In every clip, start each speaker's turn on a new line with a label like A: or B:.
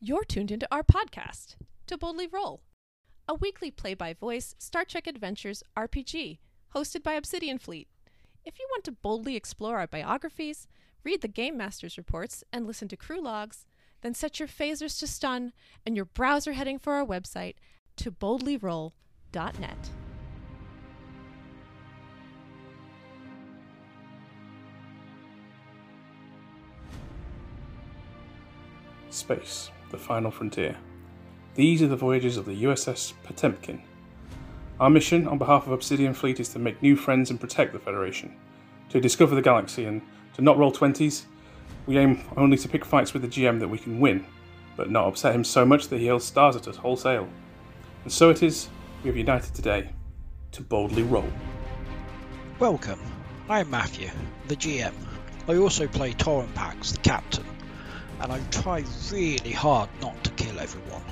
A: You're tuned into our podcast, To Boldly Roll, a weekly play by voice Star Trek Adventures RPG hosted by Obsidian Fleet. If you want to boldly explore our biographies, read the Game Master's reports, and listen to crew logs, then set your phasers to stun and your browser heading for our website, toboldlyroll.net.
B: Space, the final frontier. These are the voyages of the USS Potemkin. Our mission on behalf of Obsidian Fleet is to make new friends and protect the Federation, to discover the galaxy and to not roll 20s. We aim only to pick fights with the GM that we can win, but not upset him so much that he yells stars at us wholesale. And so it is, we have united today to boldly roll.
C: Welcome. I'm Matthew, the GM. I also play Torrent Pax, the captain, and I try really hard not to kill everyone.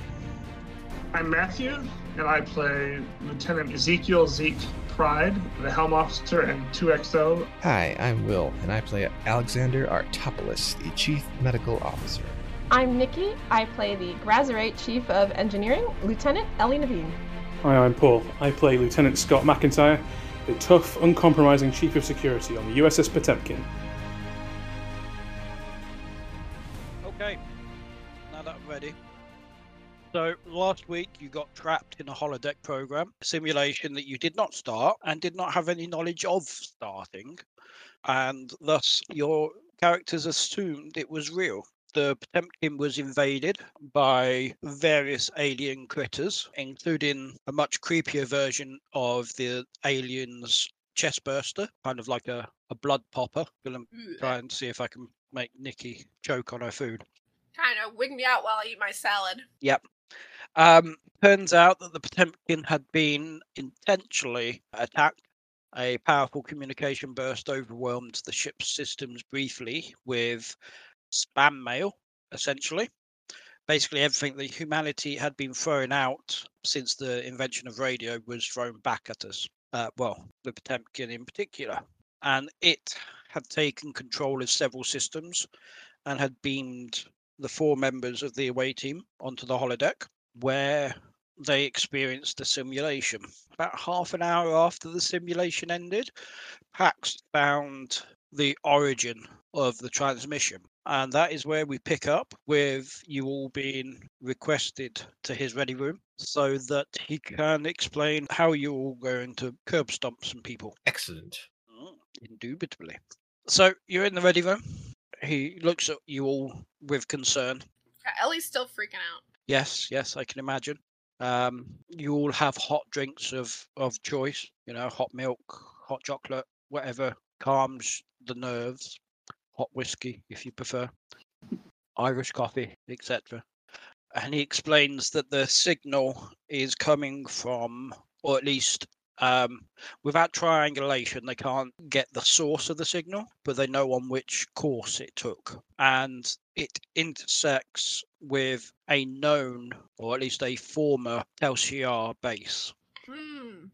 D: I'm Matthew, and I play Lieutenant Ezekiel Zeke Pride, the Helm Officer and 2XO.
E: Hi, I'm Will, and I play Alexander Artopoulos, the Chief Medical Officer.
F: I'm Nikki. I play the Grazerate Chief of Engineering, Lieutenant Ellie Naveen.
B: Hi, I'm Paul. I play Lieutenant Scott McIntyre, the tough, uncompromising Chief of Security on the USS Potemkin.
C: Okay, now that I'm ready. So, last week you got trapped in a holodeck program, a simulation that you did not start and did not have any knowledge of starting, and thus your characters assumed it was real. The Potemkin was invaded by various alien critters, including a much creepier version of the aliens chestburster, kind of like a, a blood popper. Gonna try and see if I can make Nikki choke on her food.
G: Kind of wig me out while I eat my salad.
C: Um, turns out that the Potemkin had been intentionally attacked. A powerful communication burst overwhelmed the ship's systems briefly with spam mail, essentially. Basically, everything that humanity had been throwing out since the invention of radio was thrown back at us. Uh, well, the Potemkin in particular. And it had taken control of several systems and had beamed the four members of the away team onto the holodeck where they experienced the simulation. About half an hour after the simulation ended, Pax found the origin of the transmission. And that is where we pick up with you all being requested to his ready room so that he can explain how you're all going to curb stomp some people.
E: Excellent.
C: Mm, Indubitably. So you're in the ready room. He looks at you all with concern.
G: Yeah, Ellie's still freaking out.
C: Yes, yes, I can imagine. Um, you all have hot drinks of of choice. You know, hot milk, hot chocolate, whatever calms the nerves. Hot whiskey, if you prefer, Irish coffee, etc. And he explains that the signal is coming from, or at least um, without triangulation, they can't get the source of the signal, but they know on which course it took. And it intersects with a known, or at least a former, LCR base
G: Hmm.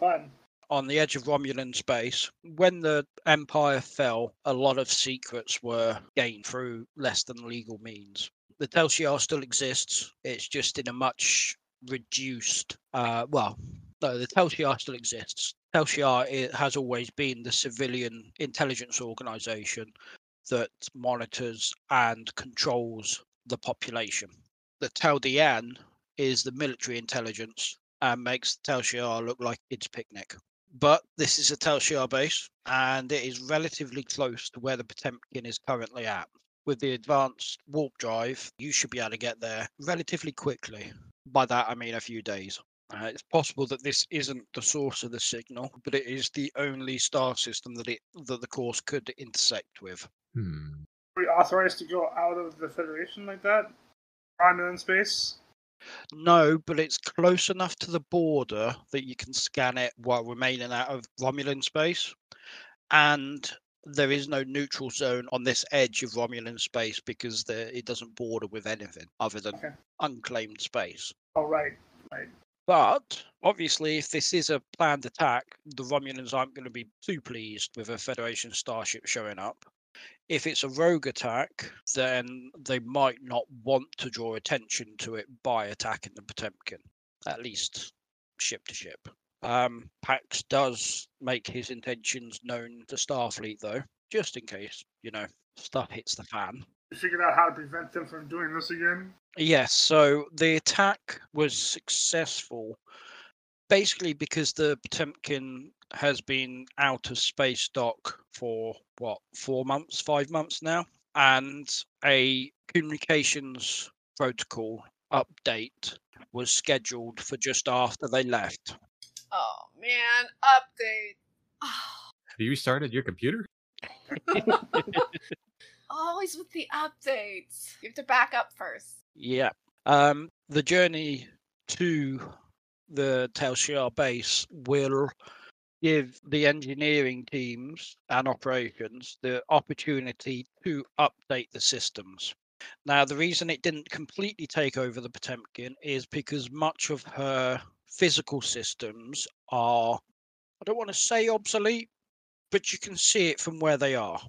D: Fun.
C: on the edge of Romulan space. When the Empire fell, a lot of secrets were gained through less than legal means. The Telsiar still exists, it's just in a much reduced, uh, well, no, the Telsiar still exists. Telsiar i- has always been the civilian intelligence organization that monitors and controls the population. The Taldian is the military intelligence and makes Telsiar look like its picnic but this is a Telshar base, and it is relatively close to where the Potemkin is currently at. With the advanced warp drive, you should be able to get there relatively quickly. By that, I mean a few days. Uh, it's possible that this isn't the source of the signal, but it is the only star system that it that the course could intersect with.
E: Hmm.
D: Are we authorized to go out of the Federation like that? Romulan space?
C: No, but it's close enough to the border that you can scan it while remaining out of Romulan space. And there is no neutral zone on this edge of Romulan space because there, it doesn't border with anything other than
D: Okay.
C: unclaimed space.
D: Oh, right.
C: But obviously, if this is a planned attack, the Romulans aren't going to be too pleased with a Federation starship showing up. If it's a rogue attack, then they might not want to draw attention to it by attacking the Potemkin, at least ship to ship. Um, Pax does make his intentions known to Starfleet, though, just in case, you know, stuff hits the fan.
D: You figured out how to prevent them from doing this again?
C: Yes, so the attack was successful basically because the Potemkin has been out of space dock for what, four months, five months now? And a communications protocol update was scheduled for just after they left.
G: Oh man, update. Oh,
H: Have you restarted your computer?
G: always with the updates. You have to back up first.
C: Yeah. Um, the journey to the Tel Shiar base will give the engineering teams and operations the opportunity to update the systems. Now, the reason it didn't completely take over the Potemkin is because much of her physical systems are, I don't want to say obsolete, but you can see it from where they are.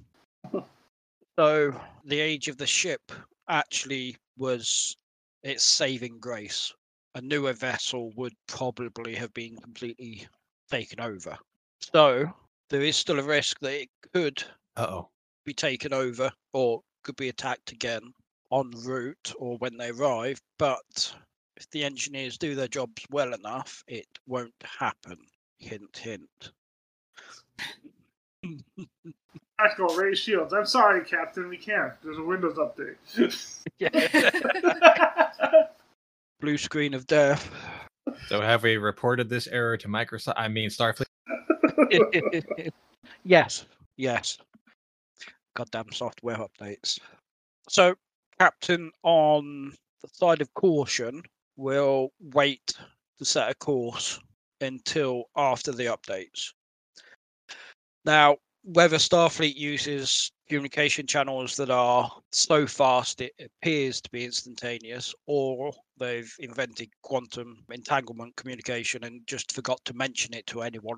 C: so, the age of the ship actually was its saving grace. A newer vessel would probably have been completely taken over. So there is still a risk that it could
H: Uh oh.
C: be taken over or could be attacked again en route or when they arrive. But if the engineers do their jobs well enough, it won't happen. Hint, hint.
D: Tactical raise shields. I'm sorry, Captain, we can't. There's a Windows update.
C: Blue screen of death.
H: So have we reported this error to Microsoft? I mean Starfleet.
C: yes, yes. Goddamn software updates. So, Captain, on the side of caution, will wait to set a course until after the updates. Now, whether Starfleet uses communication channels that are so fast it appears to be instantaneous, or they've invented quantum entanglement communication and just forgot to mention it to anyone.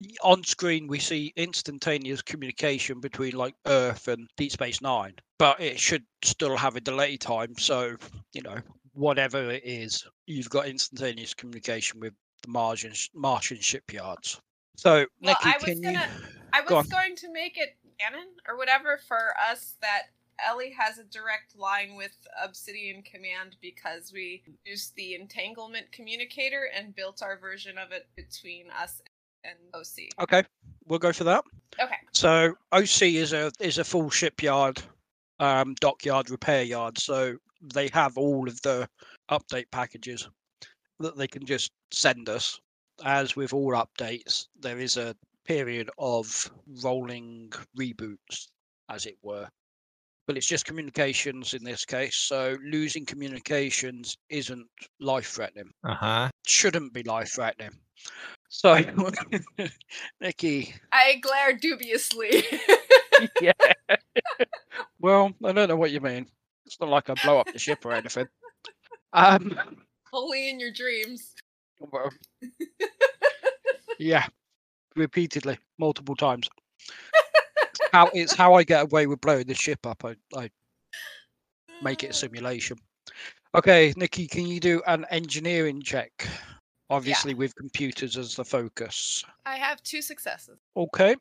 C: Y- On screen, we see instantaneous communication between like Earth and Deep Space Nine, but it should still have a delay time. So, you know, whatever it is, you've got instantaneous communication with the Martian, Martian shipyards. So,
G: Well,
C: Nikki,
G: I was
C: can you?
G: gonna- I
C: Go
G: was
C: on.
G: going to make it canon or whatever for us that Ellie has a direct line with Obsidian Command because we used the entanglement communicator and built our version of it between us and OC.
C: Okay, we'll go for that.
G: Okay.
C: So OC is a is a full shipyard, um, dockyard repair yard. So they have all of the update packages that they can just send us. As with all updates, there is a period of rolling reboots, as it were. But it's just communications in this case. So losing communications isn't life threatening
H: Uh huh.
C: shouldn't be life threatening. So, Nikki,
G: I glare dubiously.
C: yeah. well, I don't know what you mean. It's not like I blow up the ship or anything. Um,
G: Only in your dreams.
C: well, yeah, repeatedly, multiple times. How it's how I get away with blowing the ship up. I, I make it a simulation. Okay, Nikki, can you do an engineering check? Obviously, with computers as the focus.
G: I have two successes.
C: Okay.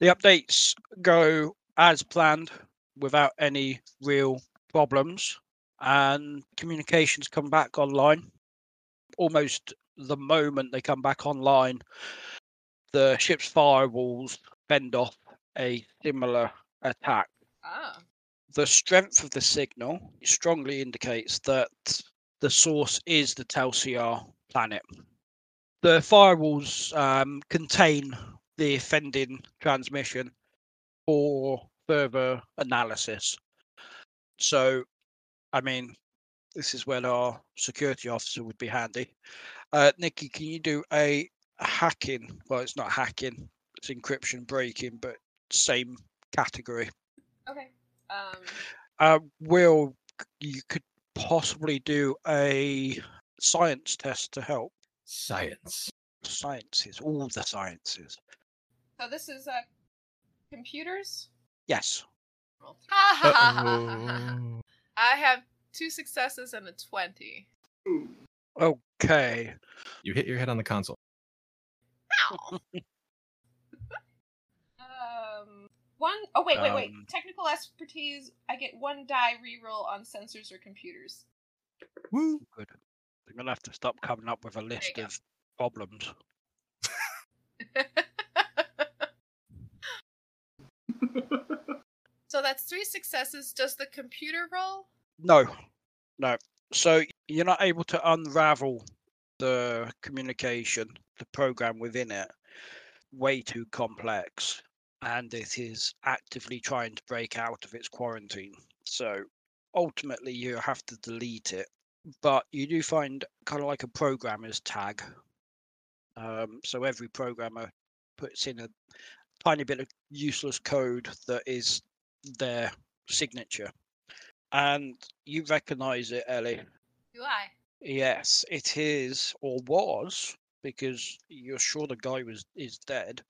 C: The updates go as planned without any real problems, and communications come back online. Almost the moment they come back online, the ship's firewalls fend off a similar attack
G: Oh.
C: the strength of the signal strongly indicates that the source is the Telsiar planet. The firewalls um, contain the offending transmission for further analysis. So, I mean, this is where our security officer would be handy. Uh, Nikki, can you do a hacking? Well, it's not hacking, it's encryption breaking, but same category
G: Okay. Um,
C: uh, Will, you could possibly do a science test to help.
H: Science.
C: Sciences, all the sciences.
G: so this is uh, computers.
C: Yes.
H: Uh-oh.
G: I have two successes and a 20.
D: Ooh.
C: Okay.
H: you hit your head on the console.
G: Ow. um, one. Oh wait, wait, wait.
C: Um.
G: Technical expertise. I get one die reroll on sensors or computers.
H: Woo!
C: Good. I'm gonna have to stop coming up with a list
G: go.
C: of problems.
G: so that's three successes. Does the computer roll?
C: No, no. So you're not able to unravel the communication, the program within it, way too complex, and it is actively trying to break out of its quarantine. So ultimately, you have to delete it. But you do find kind of like a programmer's tag. Um, so every programmer puts in a tiny bit of useless code that is their signature. And you recognize it, Ellie.
G: Do I?
C: Yes, it is or was because you're sure the guy was is dead.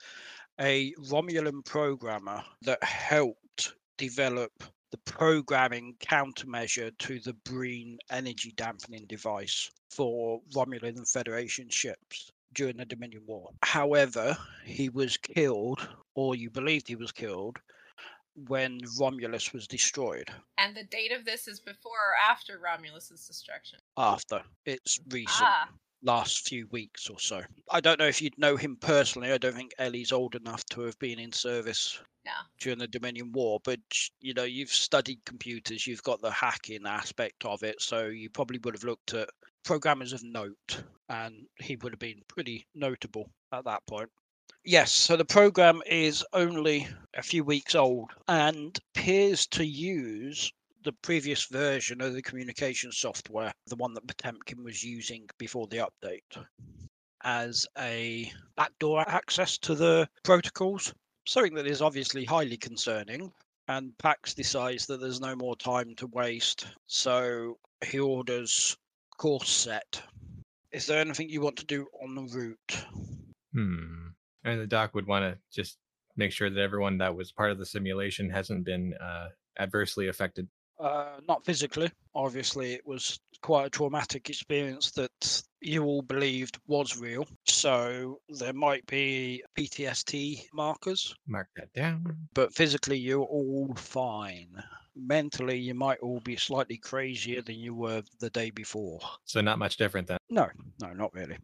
C: A Romulan programmer that helped develop the programming countermeasure to the Breen energy dampening device for Romulan Federation ships during the Dominion War. However, he was killed, or you believed he was killed, when Romulus was destroyed.
G: And the date of this is before or after Romulus's destruction.
C: after. It's recent,
G: Ah.
C: last few weeks or so. I don't know if you'd know him personally. I don't think Ellie's old enough to have been in service
G: No.
C: during the Dominion War, but you know, you've studied computers, you've got the hacking aspect of it, so you probably would have looked at programmers of note, and he would have been pretty notable at that point. Yes, so the program is only a few weeks old and appears to use the previous version of the communication software, the one that Potemkin was using before the update, as a backdoor access to the protocols, something that is obviously highly concerning. And Pax decides that there's no more time to waste, so he orders course set. Is there anything you want to do on the route?
H: Hmm. And the doc would want to just make sure that everyone that was part of the simulation hasn't been uh, adversely affected.
C: Uh, not physically. Obviously, it was quite a traumatic experience that you all believed was real. So there might be PTSD markers,
H: Mark that down.
C: but physically, you're all fine. Mentally, you might all be slightly crazier than you were the day before.
H: So not much different then.
C: No, no, not really.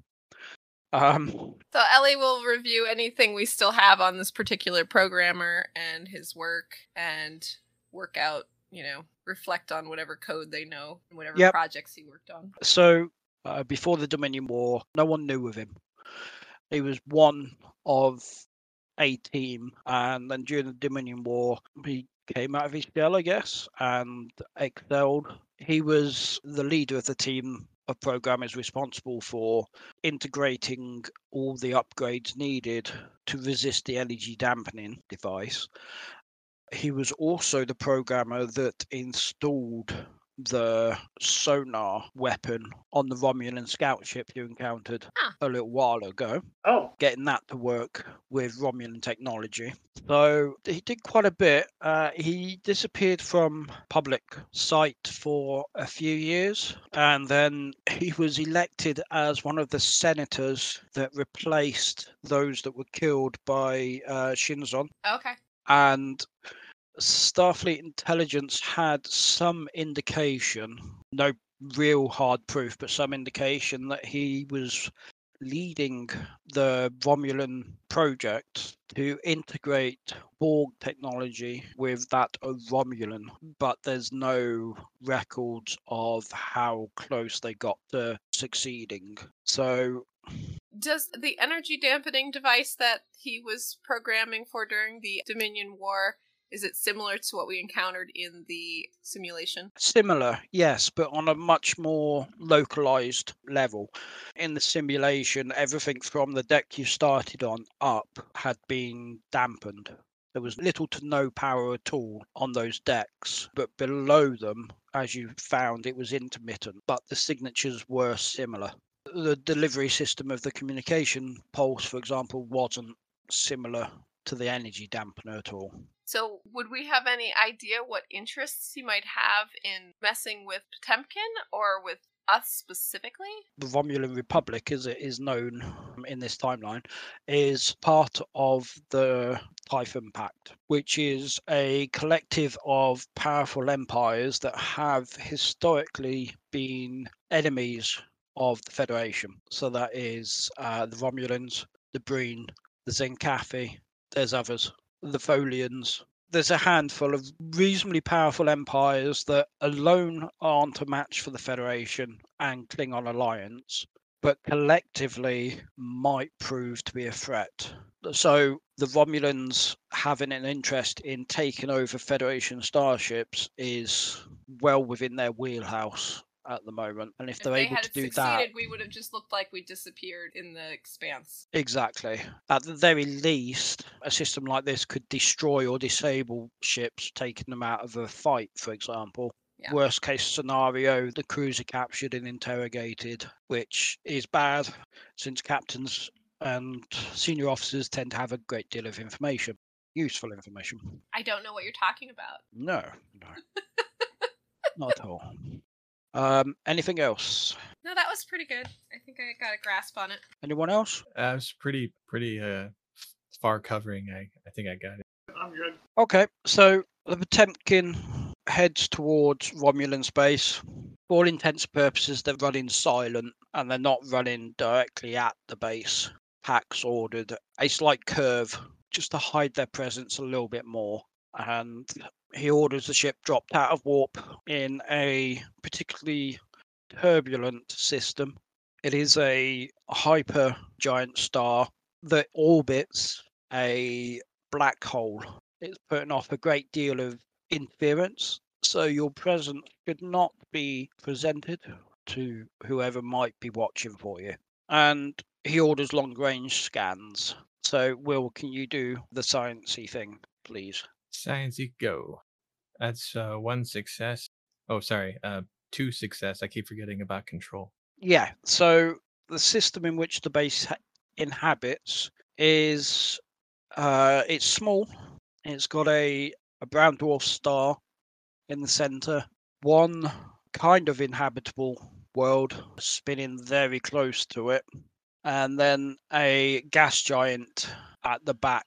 C: Um,
G: So Ellie will review anything we still have on this particular programmer and his work and work out, you know, reflect on whatever code they know and whatever
C: Yep.
G: projects he worked on.
C: So, uh, before the Dominion War, no one knew of him. He was one of a team, and then during the Dominion War, he came out of his shell, I guess, and excelled. He was the leader of the team of programmers responsible for integrating all the upgrades needed to resist the energy dampening device. He was also the programmer that installed the sonar weapon on the Romulan scout ship you encountered
G: Ah.
C: a little while ago,
D: Oh,
C: getting that to work with Romulan technology. So he did quite a bit. Uh, he disappeared from public sight for a few years, and then he was elected as one of the senators that replaced those that were killed by uh, Shinzon
G: Okay.
C: and Starfleet intelligence had some indication, no real hard proof, but some indication that he was leading the Romulan project to integrate Borg technology with that of Romulan, but there's no records of how close they got to succeeding. So
G: Does the energy dampening device that he was programming for during the Dominion War is it similar to what we encountered in the simulation?
C: Similar, yes, but on a much more localized level. In the simulation, everything from the deck you started on up had been dampened. There was little to no power at all on those decks, but below them, as you found, it was intermittent, but the signatures were similar. The delivery system of the communication pulse, for example, wasn't similar to the energy dampener at all.
G: So, would we have any idea what interests he might have in messing with Potemkin or with us specifically?
C: the Romulan Republic, as it is known in this timeline, is part of the Typhon Pact, which is a collective of powerful empires that have historically been enemies of the Federation. So that is uh, the Romulans, the Breen, the Zenkathi, there's others, the Folians. There's a handful of reasonably powerful empires that alone aren't a match for the Federation and Klingon alliance, but collectively might prove to be a threat. So the Romulans having an interest in taking over Federation starships is well within their wheelhouse at the moment. And if,
G: If
C: they're
G: they
C: able
G: had
C: to do that,
G: succeeded, we would have just looked like we disappeared in the expanse.
C: Exactly. At the very least, a system like this could destroy or disable ships, taking them out of a fight, for example.
G: Yeah.
C: Worst case scenario, the crews are captured and interrogated, which is bad since captains and senior officers tend to have a great deal of information, useful information.
G: I don't know what you're talking about.
C: No, no, not at all. Um, anything else?
G: No, that was pretty good. I think I got a grasp on it.
C: Anyone else?
H: Uh, it's pretty, pretty uh, far covering. I, I think I got it.
D: I'm good.
C: Okay, so the Potemkin heads towards Romulan space. For all intents and purposes, they're running silent and they're not running directly at the base. Pax ordered a slight curve just to hide their presence a little bit more. And he orders the ship dropped out of warp in a particularly turbulent system. It is a hyper giant star that orbits a black hole it's putting off a great deal of interference. So your presence could not be presented to whoever might be watching for you. And he orders long range scans. So, Will, can you do the sciencey thing, please?
H: Science go. That's uh, one success. Oh, sorry, uh, two success. I keep forgetting about control.
C: Yeah. So the system in which the base ha- inhabits is uh, it's small. It's got a, a brown dwarf star in the center, one kind of inhabitable world spinning very close to it, and then a gas giant at the back,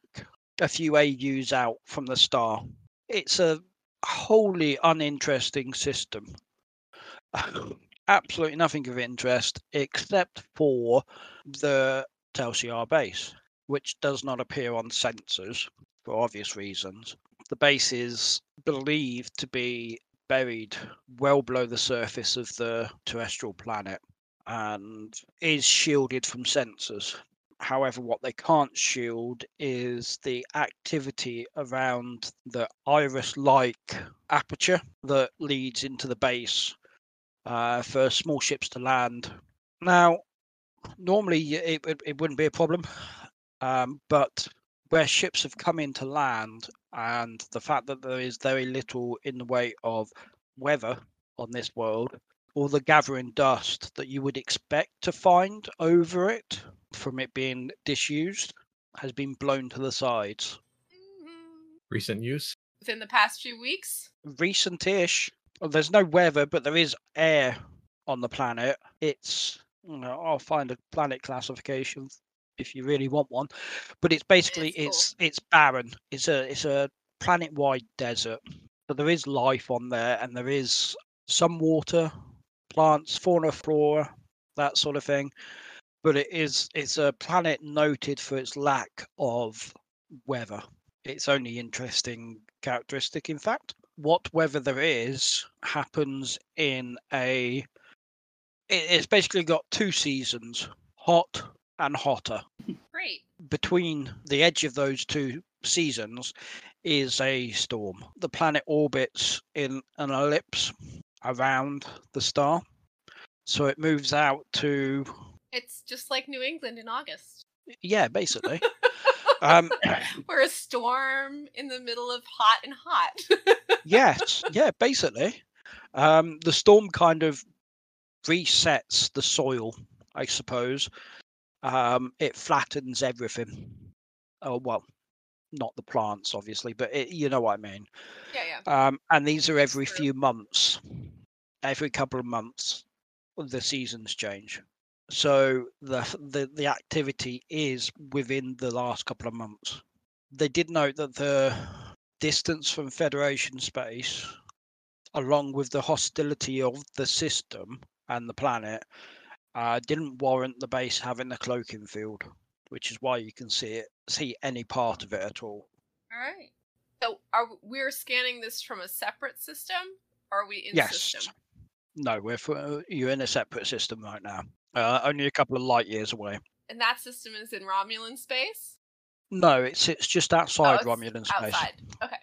C: a few AUs out from the star. It's a wholly uninteresting system. absolutely nothing of interest except for the Telsiar base, which does not appear on sensors for obvious reasons. The base is believed to be buried well below the surface of the terrestrial planet and is shielded from sensors. However, what they can't shield is the activity around the iris like aperture that leads into the base uh, for small ships to land. Now, normally y- it, it, it wouldn't be a problem, um, but where ships have come in to land and the fact that there is very little in the way of weather on this world, all the gathering dust that you would expect to find over it from it being disused has been blown to the sides.
H: Recent use.
G: Within the past few weeks,
C: recent-ish. Well, there's no weather, but there is air on the planet. It's you know, I'll find a planet classification if you really want one, but it's basically
G: cool.
C: it's it's barren. It's a it's a planet-wide desert. So there is life on there, and there is some water, plants, fauna, flora, that sort of thing. But it is it's a planet noted for its lack of weather. It's only interesting characteristic, in fact what weather there is happens in a it- it's basically got two seasons hot and hotter
G: great.
C: between the edge of those two seasons is a storm the planet orbits in an ellipse around the star so it moves out to
G: It's just like New England in August.
C: yeah basically um
G: Or a storm in the middle of hot and hot.
C: yes, yeah, basically. Um, the storm kind of resets the soil, I suppose. Um, it flattens everything. Oh well, not the plants, obviously, but it, you know what I mean.
G: Yeah, yeah.
C: Um, and these are every
G: True.
C: few months, every couple of months, the seasons change. So the f- the the activity is within the last couple of months. They did note that the distance from Federation space, along with the hostility of the system and the planet, uh, didn't warrant the base having a cloaking field, which is why you can see it see any part of it at all.
G: All right. So are w- we're scanning this from a separate system? Or are we in
C: yes.
G: system?
C: No, we're f- uh, you're in a separate system right now. Uh, only a couple of light years away.
G: And that system is in Romulan space?
C: No, it's it's just outside
G: Oh, it's
C: Romulan space.
G: Outside. Okay.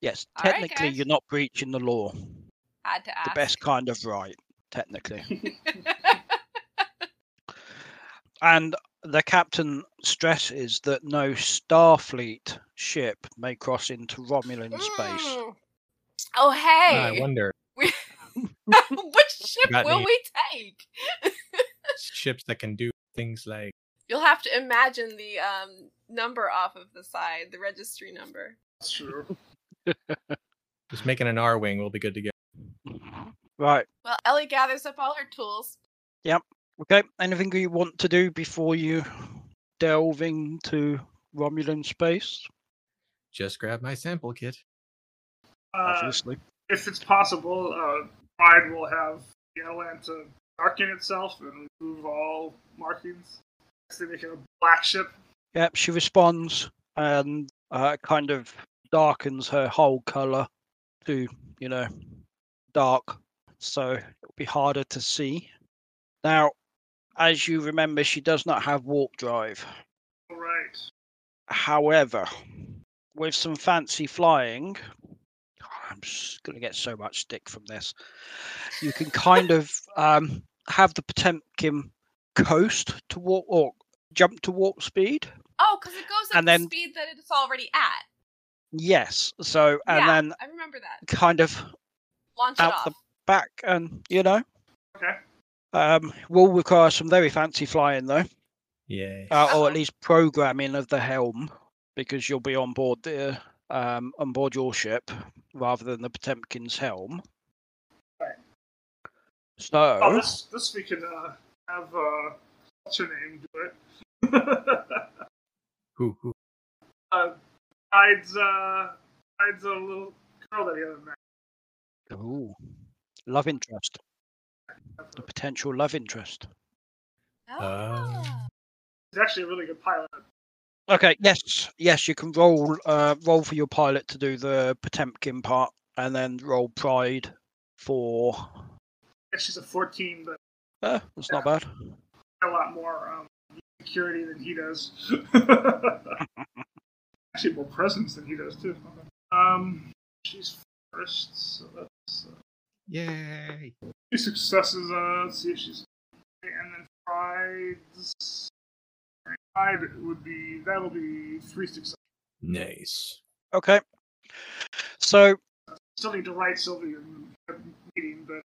C: Yes,
G: All right,
C: technically
G: guys.
C: you're not breaching the law.
G: Had to ask.
C: The best kind of right, technically. and the captain stresses that no Starfleet ship may cross into Romulan space.
G: Mm. Oh hey.
H: I wonder
G: Which ship
H: Got
G: will
H: me.
G: we take?
H: ships that can do things like
G: You'll have to imagine the um number off of the side, the registry number.
D: That's true.
H: just making an R wing will be good to go.
C: Right.
G: Well, Ellie gathers up all her tools.
C: Okay. Anything you want to do before you delve into Romulan space?
H: Just grab my sample kit.
D: Uh,
C: Obviously.
D: if it's possible, uh, Pride will have the Atlanta darken itself and remove all markings. So they make it a black ship.
C: Yep, she responds and uh, kind of darkens her whole color to, you know, dark. So it'll be harder to see. Now, as you remember, she does not have warp drive.
D: All right.
C: However, with some fancy flying, I'm going to get so much stick from this. You can kind of um, have the Potemkin coast to warp or jump to warp speed.
G: Oh, because it goes at
C: And
G: the
C: then-
G: speed that it's already at.
C: Yes. So and
G: yeah,
C: then
G: I remember that.
C: kind of
G: Launch it
C: out
G: off.
C: the back and you know.
D: Okay.
C: Um, will require some very fancy flying though,
H: Yay.
C: uh, or
G: Uh-oh.
D: Uh-huh.
C: at least programming of the helm, because you'll be on board the um, on board your ship rather than the Potemkin's helm.
D: Right.
C: So
D: Oh, this this we can uh, have uh, what's her name do it.
H: Ooh, ooh.
D: uh, Pride's uh, Pride's a little girl that the other met.
C: Ooh, love interest,
D: That's
C: a
D: a-
C: potential love interest.
H: Oh.
D: She's actually a really good pilot.
C: Okay. Yes. Yes. You can roll. Uh, roll for your pilot to do the Potemkin part, and then roll Pride for.
D: And she's a 14, but
C: Uh, that's not bad.
D: a lot more um, security than he does. actually, more presence than he does too. Um, she's first, so that's uh,
H: Yay.
D: two successes. Uh, let's see if she's and then Pride's. Pride would be that'll be three successes.
H: Nice.
C: Okay. So,
D: Still need to write Sylvia in a meeting, but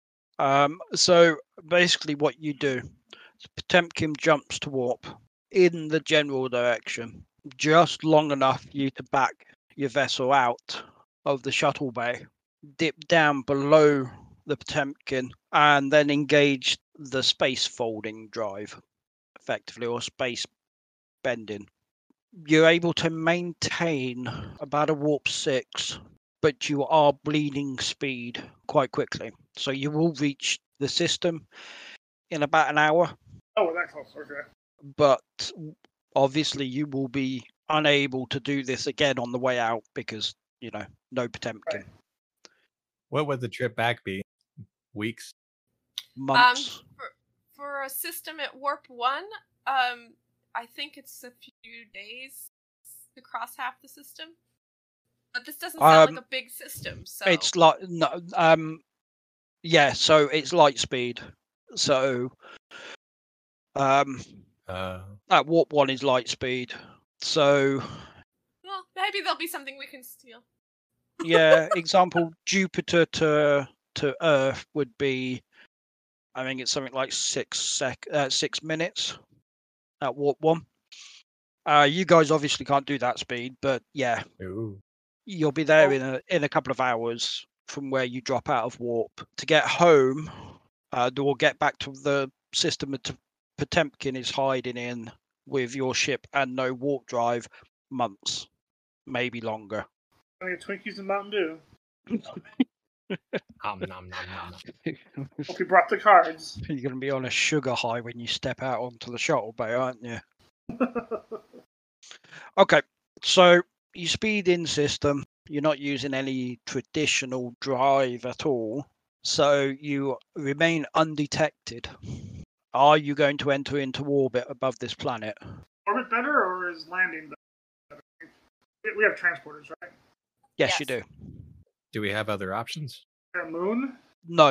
C: um, so basically, what you do, the Potemkin jumps to warp in the general direction, just long enough for you to back your vessel out of the shuttle bay, dip down below the Potemkin, and then engage the space folding drive, effectively, or space bending. You're able to maintain about a warp six but you are bleeding speed quite quickly. So you will reach the system in about an hour,
D: oh, we're that close. Okay.
C: but obviously you will be unable to do this again on the way out because, you know, no Potemkin.
H: What would the trip back be? Weeks.
C: Months.
G: for, for a system at warp one, um, I think it's a few days to cross half the system. But this doesn't sound
C: Um,
G: like a big system, so
C: It's like, no, um, yeah, so it's light speed. So, um,
H: Uh,
C: that warp one is light speed. So,
G: well, maybe there'll be something we can steal.
C: yeah example jupiter to to earth would be i think it's something like six sec uh, six minutes at warp one Uh, you guys obviously can't do that speed, but yeah,
H: Ooh.
C: you'll be there in a in a couple of hours from where you drop out of warp to get home uh or get back to the system that T- potemkin is hiding in with your ship and no warp drive months maybe longer
D: I get Twinkies and Mountain Dew.
H: Om nom nom nom. nom.
D: Hope you brought the cards.
C: you're going to be on a sugar high when you step out onto the shuttle bay aren't you Okay, so you speed in system. You're not using any traditional drive at all, so you remain undetected. Are you going to enter into orbit above this planet?
D: Orbit better or is landing better? We- We have transporters, right?
C: Yes, you do.
G: Yes.
H: Do we have other options?
D: Is there a moon?
C: No,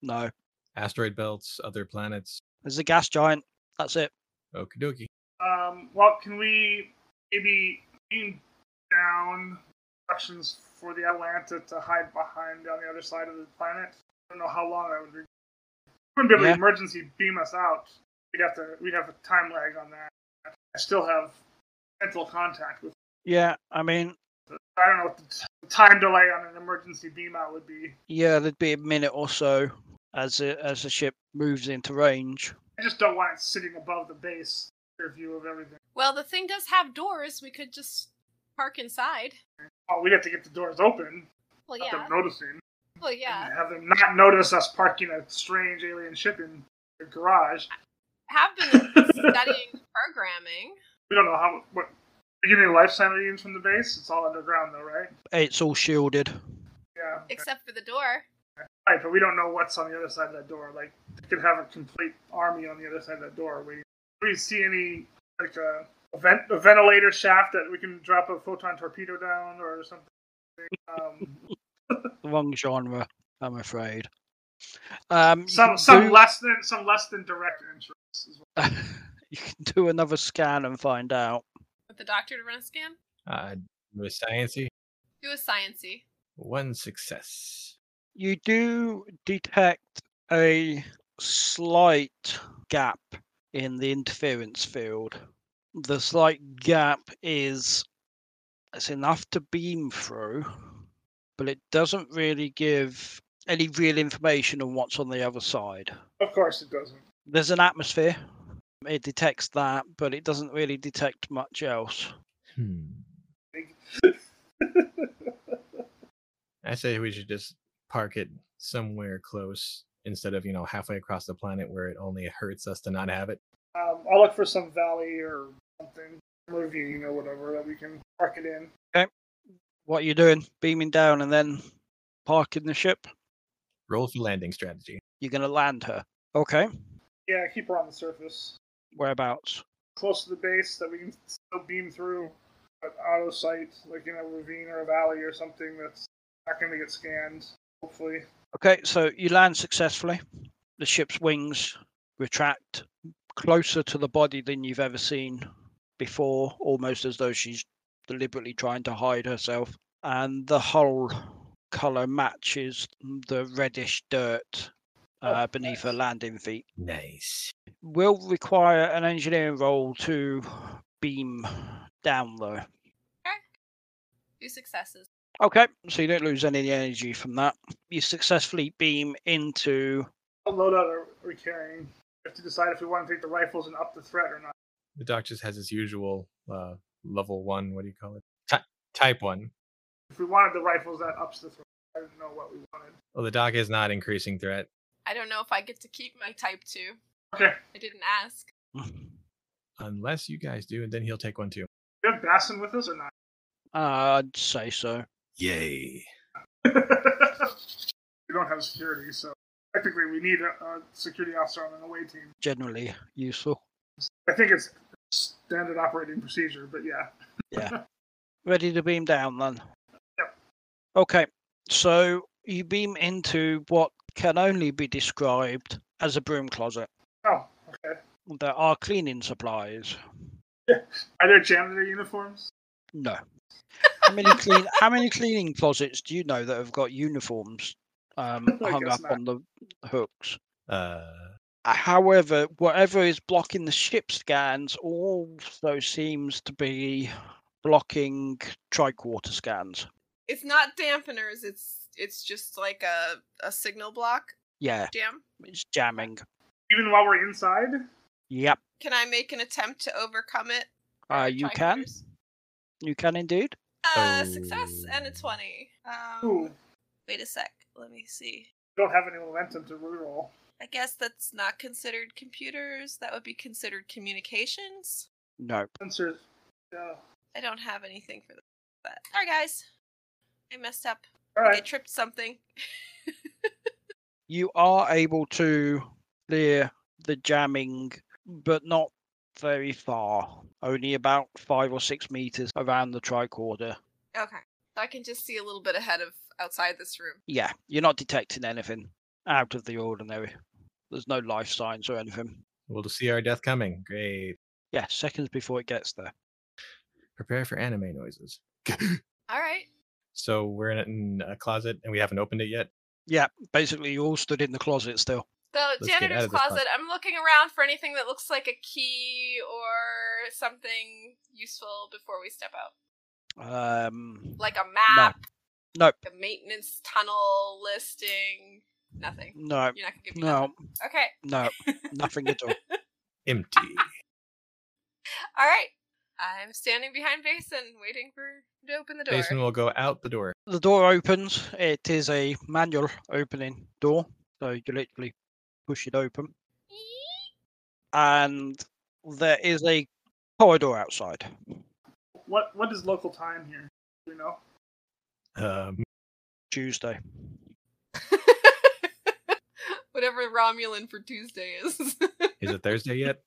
C: no.
H: Asteroid belts, other planets.
C: There's a gas giant. That's it.
H: Okie dokie.
D: Um, well, can we maybe aim down directions for the Atlanta to hide behind on the other side of the planet? I don't know how long that would be. We wouldn't be able
C: Yeah.
D: to emergency beam us out. We'd have to. We'd have a time lag on that. I still have mental contact with.
C: Yeah, I mean,
D: I don't know what the t- the time delay on an emergency beam out would be.
C: yeah, there'd be a minute or so as a, as the ship moves into range.
D: I just don't want it sitting above the base clear view of everything.
G: Well, the thing does have doors. We could just park inside.
D: Oh, we'd have to get the doors open,
G: Well,
D: without
G: yeah.
D: them noticing,
G: Well, yeah.
D: and have them not notice us parking a strange alien ship in their garage.
G: Have been studying programming.
D: We don't know how. What? Are you getting lifetime readings from the base? It's all underground, though, right?
C: It's all shielded.
D: Yeah. okay.
G: except for the door.
D: Right, but we don't know what's on the other side of that door. Like, they could have a complete army on the other side of that door. We do we see any like a, a, vent, a ventilator shaft that we can drop a photon torpedo down or something? Um,
C: Wrong genre, I'm afraid. Um, you
D: some
C: can
D: some
C: do-
D: less than some less than direct interest. Is what
C: you can do another scan and find out.
G: With the doctor to run a scan.
H: Uh, with sciency,
G: Do a sciency.
H: one success.
C: You do detect a slight gap in the interference field. The slight gap is it's enough to beam through, but it doesn't really give any real information on what's on the other side.
D: Of course, it doesn't.
C: There's an atmosphere. It detects that, but it doesn't really detect much else.
H: Hmm. I say we should just park it somewhere close instead of, you know, halfway across the planet where it only hurts us to not have it.
D: Um, I'll look for some valley or something, ravine or whatever that we can park it in.
C: What are you doing? Beaming down and then parking the ship?
H: Roll for landing strategy.
C: You're going to land her. Okay.
D: Yeah, keep her on the surface,
C: Whereabouts?
D: close to the base that we can still beam through. But auto sight, like in a ravine or a valley or something that's not going to get scanned. Hopefully,
C: Okay, so you land successfully. The ship's wings retract closer to the body than you've ever seen before, almost as though she's deliberately trying to hide herself. And the hull color matches the reddish dirt uh, beneath her landing feet.
H: Nice.
C: Will require an engineering roll to beam down, though.
G: Two successes.
C: Okay, so you don't lose any energy from that. You successfully beam into.
D: what loadout are we carrying? We have to decide if we want to take the rifles and up the threat or not.
H: The doc just has his usual uh, level one. What do you call it? Ty- type one.
D: If we wanted the rifles, that ups the threat. I didn't know what we wanted.
H: Well, the doc is not increasing threat.
G: I don't know if I get to keep my type two.
D: Okay,
G: I didn't ask.
H: Unless you guys do, and then he'll take one too.
D: do you have Bassin with us or not?
C: I'd say so.
H: Yay.
D: we don't have security, so technically we need a, a security officer on an away team.
C: Generally useful.
D: I think it's standard operating procedure, but yeah.
C: Ready to beam down then?
D: Yep.
C: Okay, so you beam into what can only be described as a broom closet.
D: Oh, okay.
C: There are cleaning supplies.
D: Are there janitor uniforms?
C: No. How many clean? How many cleaning closets do you know that have got uniforms um,
D: I
C: hung
D: guess
C: up
D: not.
C: on the hooks?
H: Uh,
C: However, whatever is blocking the ship scans also seems to be blocking tricorder scans.
G: It's not dampeners. It's it's just like a a signal block
C: Yeah,
G: jam.
C: it's jamming.
D: Even while we're inside,
C: Yep,
G: Can I make an attempt to overcome it?
C: uh, you can.
G: Tricorders?
C: You can indeed.
G: Uh, success and a
C: Oh.
G: twenty. Um,
D: ooh,
G: Wait a sec. Let me see.
D: we don't have any momentum to reroll.
G: I guess that's not considered computers. That would be considered communications.
C: No.
D: Sensors. Yeah.
G: I don't have anything for that. Sorry, guys. I messed up.
D: All
G: I
D: right.
G: think I tripped something.
C: You are able to clear the jamming, but not very far. Only about five or six meters around the tricorder.
G: Okay. So I can just see a little bit ahead of outside this room.
C: Yeah, you're not detecting anything out of the ordinary. There's no life signs or anything.
H: We'll just see our death coming. Great.
C: Yeah, seconds before it gets there.
H: Prepare for anime noises.
G: All right.
H: so we're in a, in a closet and we haven't opened it yet.
C: Yeah, basically, you all stood in the closet still.
G: So
H: get out
G: janitor's
H: of this
G: closet. I'm looking around for anything that looks like a key or something useful before we step out,
C: Um,
G: like a map,
C: Nope.
G: a maintenance tunnel listing. Nothing.
C: no,
G: You're not gonna give me
C: no,
G: nothing. Okay.
C: no, nothing at all.
H: Empty.
G: All right. I'm standing behind Basin, waiting for to open the door.
H: Jason will go out the door.
C: The door opens. It is a manual opening door, so you literally push it open, and there is a corridor outside.
D: What What is local time here? Do You know.
H: Um,
C: Tuesday.
G: Whatever Romulan for Tuesday is.
H: is it Thursday yet?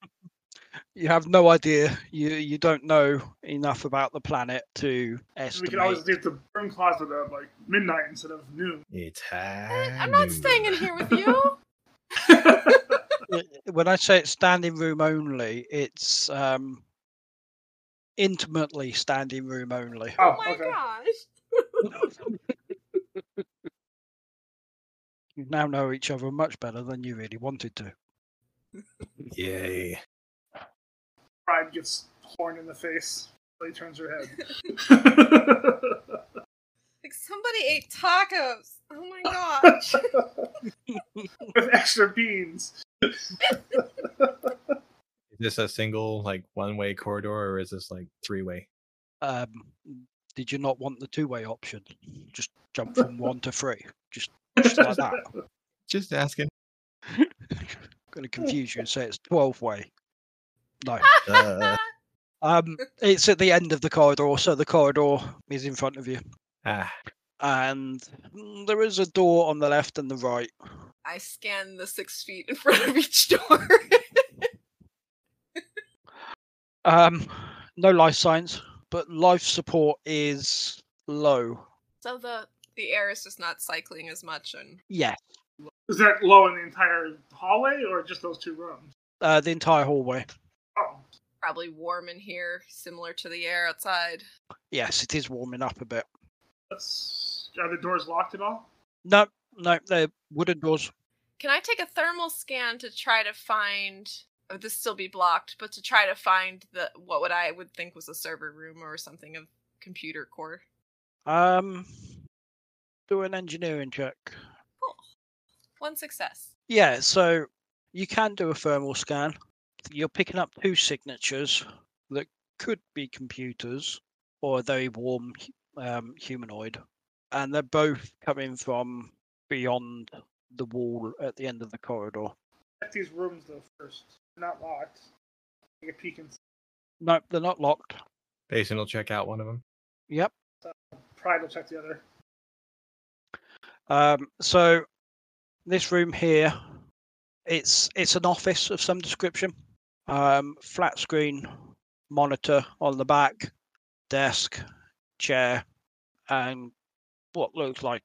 C: You have no idea. You you don't know enough about the planet to
D: We
C: estimate.
D: could always leave the room closet at like midnight instead of noon.
H: It's
G: Eh, I'm not staying in here with you. Oh
D: Oh,
C: Uh, when I say it's standing room only, it's um, intimately standing room only.
G: Oh my gosh.
C: You now know each other much better than you really wanted to.
H: Yay.
D: Pride gets horned in the face. Lily turns her head.
G: Like somebody ate tacos. Oh my gosh.
D: With extra beans.
H: Is this a single, like, one way corridor or is this like three way?
C: Um, did you not want the two-way option? Just jump from one to three, just, just like that.
H: Just asking.
C: going to confuse you and say it's twelve-way. No.
H: Uh.
C: Um, it's at the end of the corridor, so the corridor is in front of you,
H: Ah,
C: and mm, there is a door on the left and the right.
G: I scan the six feet in front of each door.
C: Um, no life signs, but life support is low.
G: so the the air is just not cycling as much and
C: Yeah,
D: Is that low in the entire hallway or just those two rooms?
C: uh, the entire hallway.
D: Oh,
G: probably warm in here, similar to the air outside.
C: Yes, it is warming up a bit.
D: that's are the doors locked at all?
C: No, no, they're wooden doors.
G: Can I take a thermal scan to try to find? Oh, this still be blocked, but to try to find the what would I would think was a server room or something of computer core.
C: Um, do an engineering check.
G: One success.
C: Yeah, so you can do a thermal scan. You're picking up two signatures that could be computers or a very warm hu- um, humanoid, and they're both coming from beyond the wall at the end of the corridor.
D: Check these rooms though first. They're not locked. Take a peek and
C: No, they're not locked.
H: Basin will check out one of them.
C: Yep.
D: Pride will check the other.
C: Um, so this room here, it's it's an office of some description. Um, flat screen monitor on the back, desk, chair, and what looks like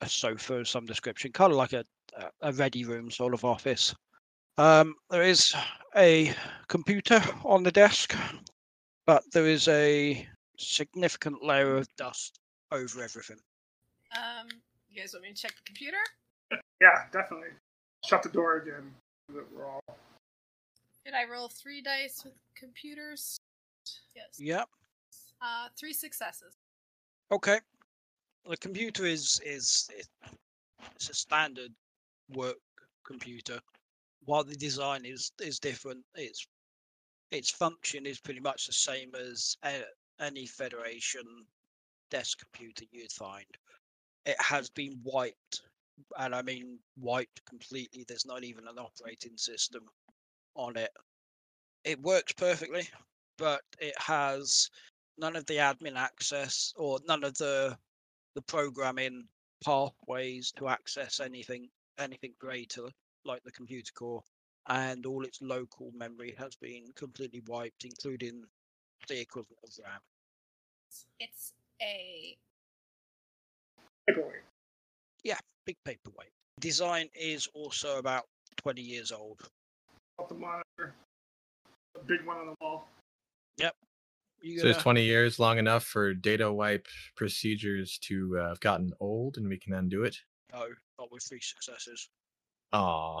C: a sofa of some description, kind of like a a- a ready room sort of office. Um, there is a computer on the desk, but there is a significant layer of dust over everything.
G: Um, you guys want me to check the computer?
D: Yeah, definitely. Shut the door again. that we're all.
I: Did I roll three dice with computers? Yes.
C: Yep.
I: Uh, three successes.
C: Okay. The computer is is it- it's a standard work computer. While the design is is different, its its function is pretty much the same as a, any Federation desk computer you'd find. It has been wiped, and I mean wiped completely. There's not even an operating system on it. It works perfectly, but it has none of the admin access or none of the the programming pathways to access anything anything greater like the computer core and all its local memory has been completely wiped including the equivalent of ram
I: It's a
D: Paperweight.
C: big paperweight design is also about 20 years old
D: Off the monitor. The big one on the wall.
C: you
H: So it's
C: gonna-
H: 20 years long enough for data wipe procedures to uh, have gotten old and we can undo it.
C: no not with three successes
H: Aw.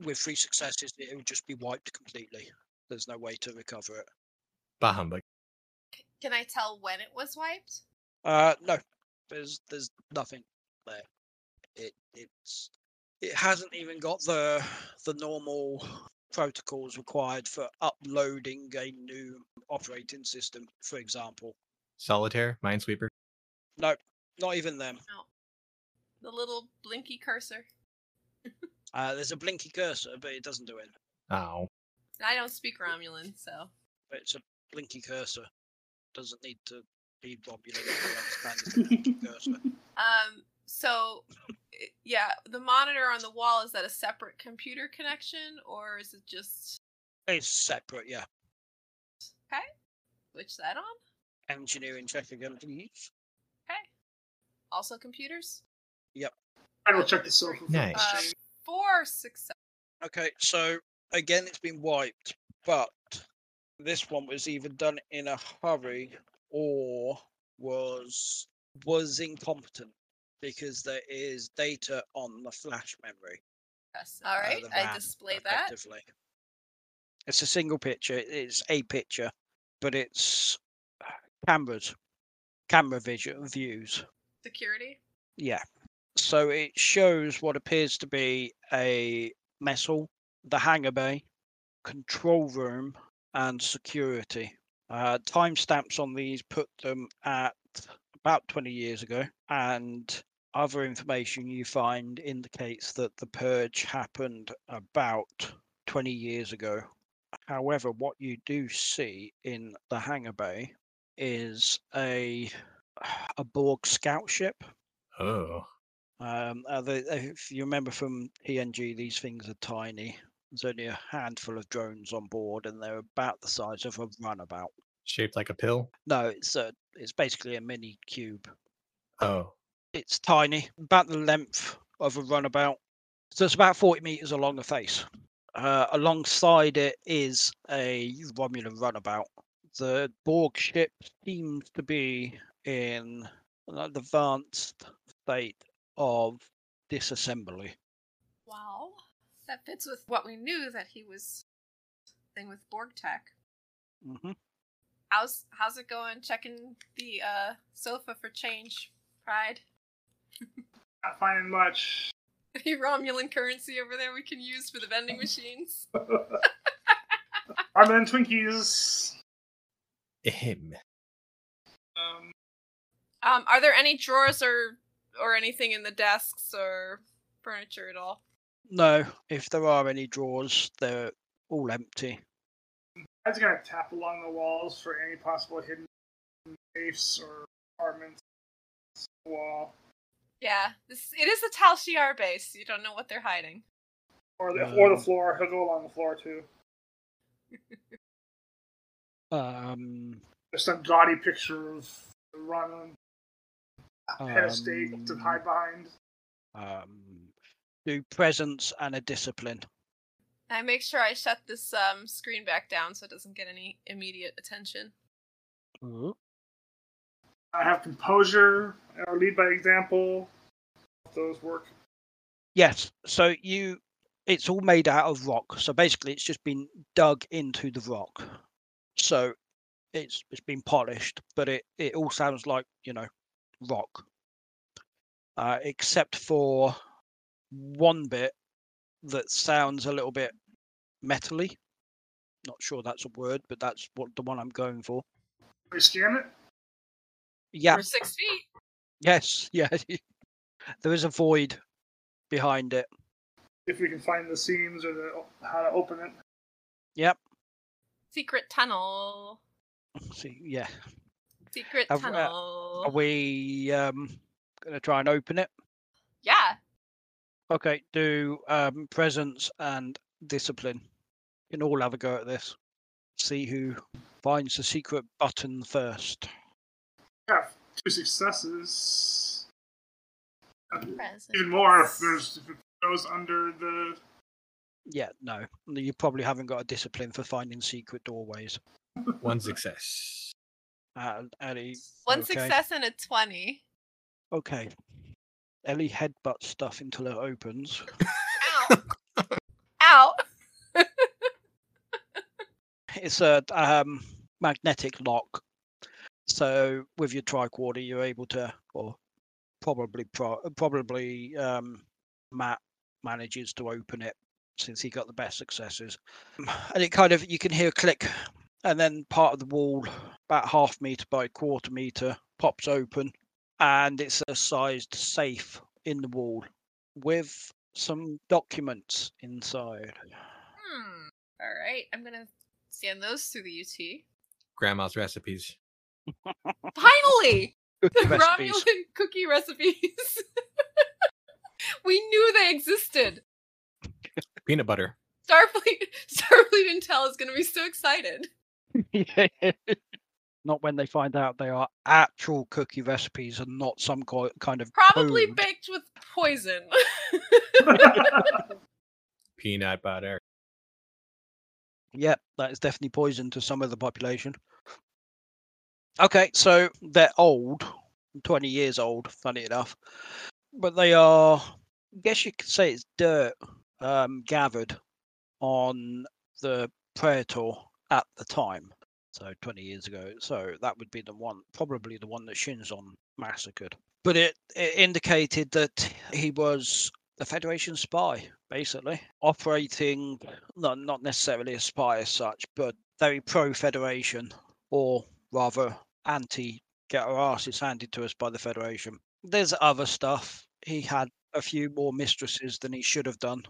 C: with three successes it would just be wiped completely there's no way to recover it
H: Bah humbug.
G: Can I tell when it was wiped?
C: Uh, no, there's there's nothing there. It it's it hasn't even got the the normal protocols required for uploading a new operating system, for example.
H: Solitaire, Minesweeper.
C: No, not even them.
G: The little blinky cursor.
C: Uh, there's a blinky cursor, but it doesn't do it.
H: Ow.
G: And I don't speak Romulan, so
C: It's a blinky cursor. Doesn't need to be Romulan to understand it's a blinky cursor.
G: um so i- yeah, the monitor on the wall is that a separate computer connection or is it just
C: It's separate, yeah.
G: switch that on?
C: Engineering check again, please.
G: Also computers?
D: I will check the sofa.
H: Nice.
G: Uh, four success.
C: Okay, so again, it's been wiped, but this one was either done in a hurry or was was incompetent because there is data on the flash memory.
G: All
C: uh,
G: right,
C: the
G: I
C: RAM,
G: display that.
C: effectively. It's a single picture. It's a picture, but it's uh, cameras, camera vision views.
G: Security.
C: Yeah. So it shows what appears to be a mess hall, the hangar bay, control room, and security. Uh, timestamps on these put them at about 20 years ago, and other information you find indicates that the purge happened about 20 years ago. However, what you do see in the hangar bay is a a Borg scout ship.
H: Oh.
C: Um, uh, the, uh, if you remember from PNG, these things are tiny. There's only a handful of drones on board, and they're about the size of a runabout.
H: Shaped like a pill.
C: No, it's a, it's basically a mini cube.
H: Oh.
C: It's tiny, about the length of a runabout. So it's about 40 meters along the face. Uh, alongside it is a Romulan runabout. The Borg ship seems to be in an advanced state of disassembly.
G: Wow. That fits with what we knew that he was thing with Borg Tech.
C: hmm
G: How's how's it going? Checking the uh sofa for change. Pride.
D: Not finding much.
G: Any Romulan currency over there we can use for the vending machines?
D: Armin and Twinkies.
H: Him.
D: Um,
G: Um, are there any drawers or or anything in the desks or furniture at all?
C: No, if there are any drawers, they're all empty.
D: I was gonna tap along the walls for any possible hidden safes or apartments. Wall
G: Yeah, this it is the Tal Shiar base. You don't know what they're hiding.
D: or the or the
C: Um,
D: floor. He'll go along the floor too.
C: Um,
D: There's some gaudy picture of Ron head of state to
C: um,
D: hide behind.
C: Um, do presents and a discipline.
G: I make sure I shut this um screen back down so it doesn't get any immediate attention.
D: I have composure or lead by example. Those work.
C: Yes, so you it's all made out of rock. So basically, it's just been dug into the rock. So it's it's been polished, but it it all sounds like you know rock, uh, except for one bit that sounds a little bit metally. Not sure that's a word, but that's what the one I'm going for.
D: Can we scan it?
C: Yeah.
G: For six feet.
C: Yes. Yeah. there is a void behind it.
D: If we can find the seams or the how to open it.
C: Yep.
G: Secret tunnel.
C: See. Yeah.
G: Secret
C: Have- uh,
G: tunnel.
C: Are we um gonna try and open it?
G: yeah.
C: Okay, do um, presence and discipline. You can all have a go at this. See who finds the secret button first.
D: Yeah, two successes.
G: Presents.
D: Even more if, there's, if it goes under the.
C: Yeah, no, you probably haven't got a discipline for finding secret doorways.
H: One success.
C: Uh, Ellie,
G: One
C: okay.
G: success and a twenty.
C: Okay, Ellie headbutts stuff until it opens.
G: Ow. Ow.
C: It's a um, magnetic lock, so with your tricorder, you're able to, or probably pro- probably um, Matt manages to open it since he got the best successes, and it kind of you can hear a click, and then part of the wall, about half meter by quarter meter, pops open, and it's a sized safe in the wall with some documents inside.
G: Hmm. All right. I'm gonna scan those through the UT.
H: Grandma's recipes.
G: Finally, the
C: Recipes.
G: Romulan cookie recipes. we knew they existed.
H: Peanut butter.
G: Starfleet, Starfleet Intel is gonna be so excited.
C: not when they find out they are actual cookie recipes and not some co- kind of
G: Probably
C: code.
G: baked with poison.
H: Peanut butter.
C: yeah that is definitely poison to some of the population okay so they're old 20 years old funny enough but they are I guess you could say it's dirt um, gathered on the praetor at the time so 20 years ago so that would be the one probably the one that shinzon massacred but it, it indicated that he was a federation spy basically operating no, not necessarily a spy as such, but very pro Federation, or rather anti get our asses handed to us by the Federation. There's other stuff. He had a few more mistresses than he should have done,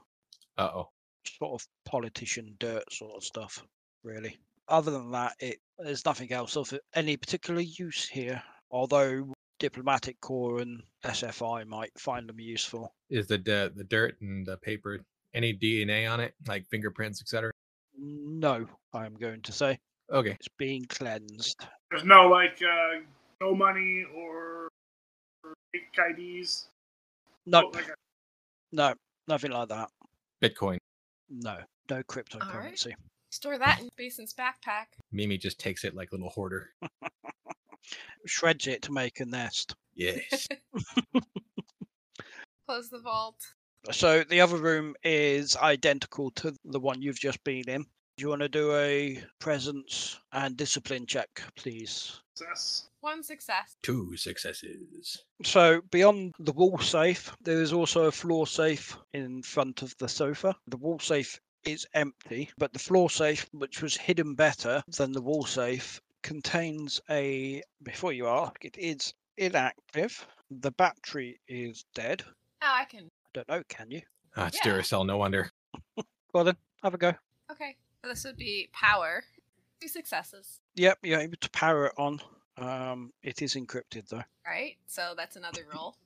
H: Uh oh.
C: sort of politician dirt sort of stuff, really. Other than that, it there's nothing else of any particular use here, although diplomatic corps and SFI might find them useful.
H: Is the di- the dirt and the paper any DNA on it, like fingerprints, etc.?
C: No, I'm going to say
H: Okay.
C: it's being cleansed.
D: There's no like uh, no money or, or fake IDs.
C: Nope.
D: Like a-
C: No, nothing like that.
H: Bitcoin.
C: No, no
G: right.
C: cryptocurrency.
G: Store that in Basin's backpack.
H: Mimi just takes it like a little hoarder.
C: Shreds it to make a nest.
H: Yes.
G: Close the vault.
C: So the other room is identical to the one you've just been in. Do you want to do a presence and discipline check, please?
D: success.
G: One success.
H: Two successes.
C: So beyond the wall safe, there is also a floor safe in front of the sofa. The wall safe is empty, but the floor safe, which was hidden better than the wall safe, contains a. Before you ask, it is inactive. The battery is dead.
G: Now I can.
C: I don't know, can you?
H: Ah, it's
G: Yeah.
H: Duracell, no wonder.
C: Well then, have a go.
G: Okay. This would be power. Two successes.
C: Yep, you're able to power it on. Um, it is encrypted though.
G: Right? So that's another roll.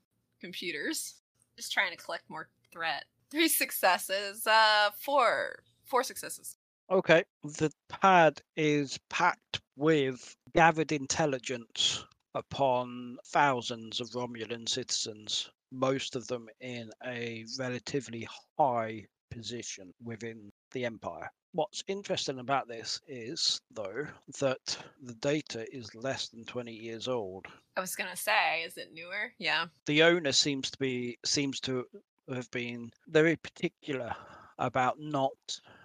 G: Computers. Just trying to collect more threat. Three successes. Uh four. Four successes.
C: Okay, the pad is packed with gathered intelligence upon thousands of Romulan citizens, most of them in a relatively high position within the Empire. What's interesting about this is, though, that the data is less than 20 years old.
G: I was gonna say, is it newer? Yeah.
C: the owner seems to be seems to have been very particular about not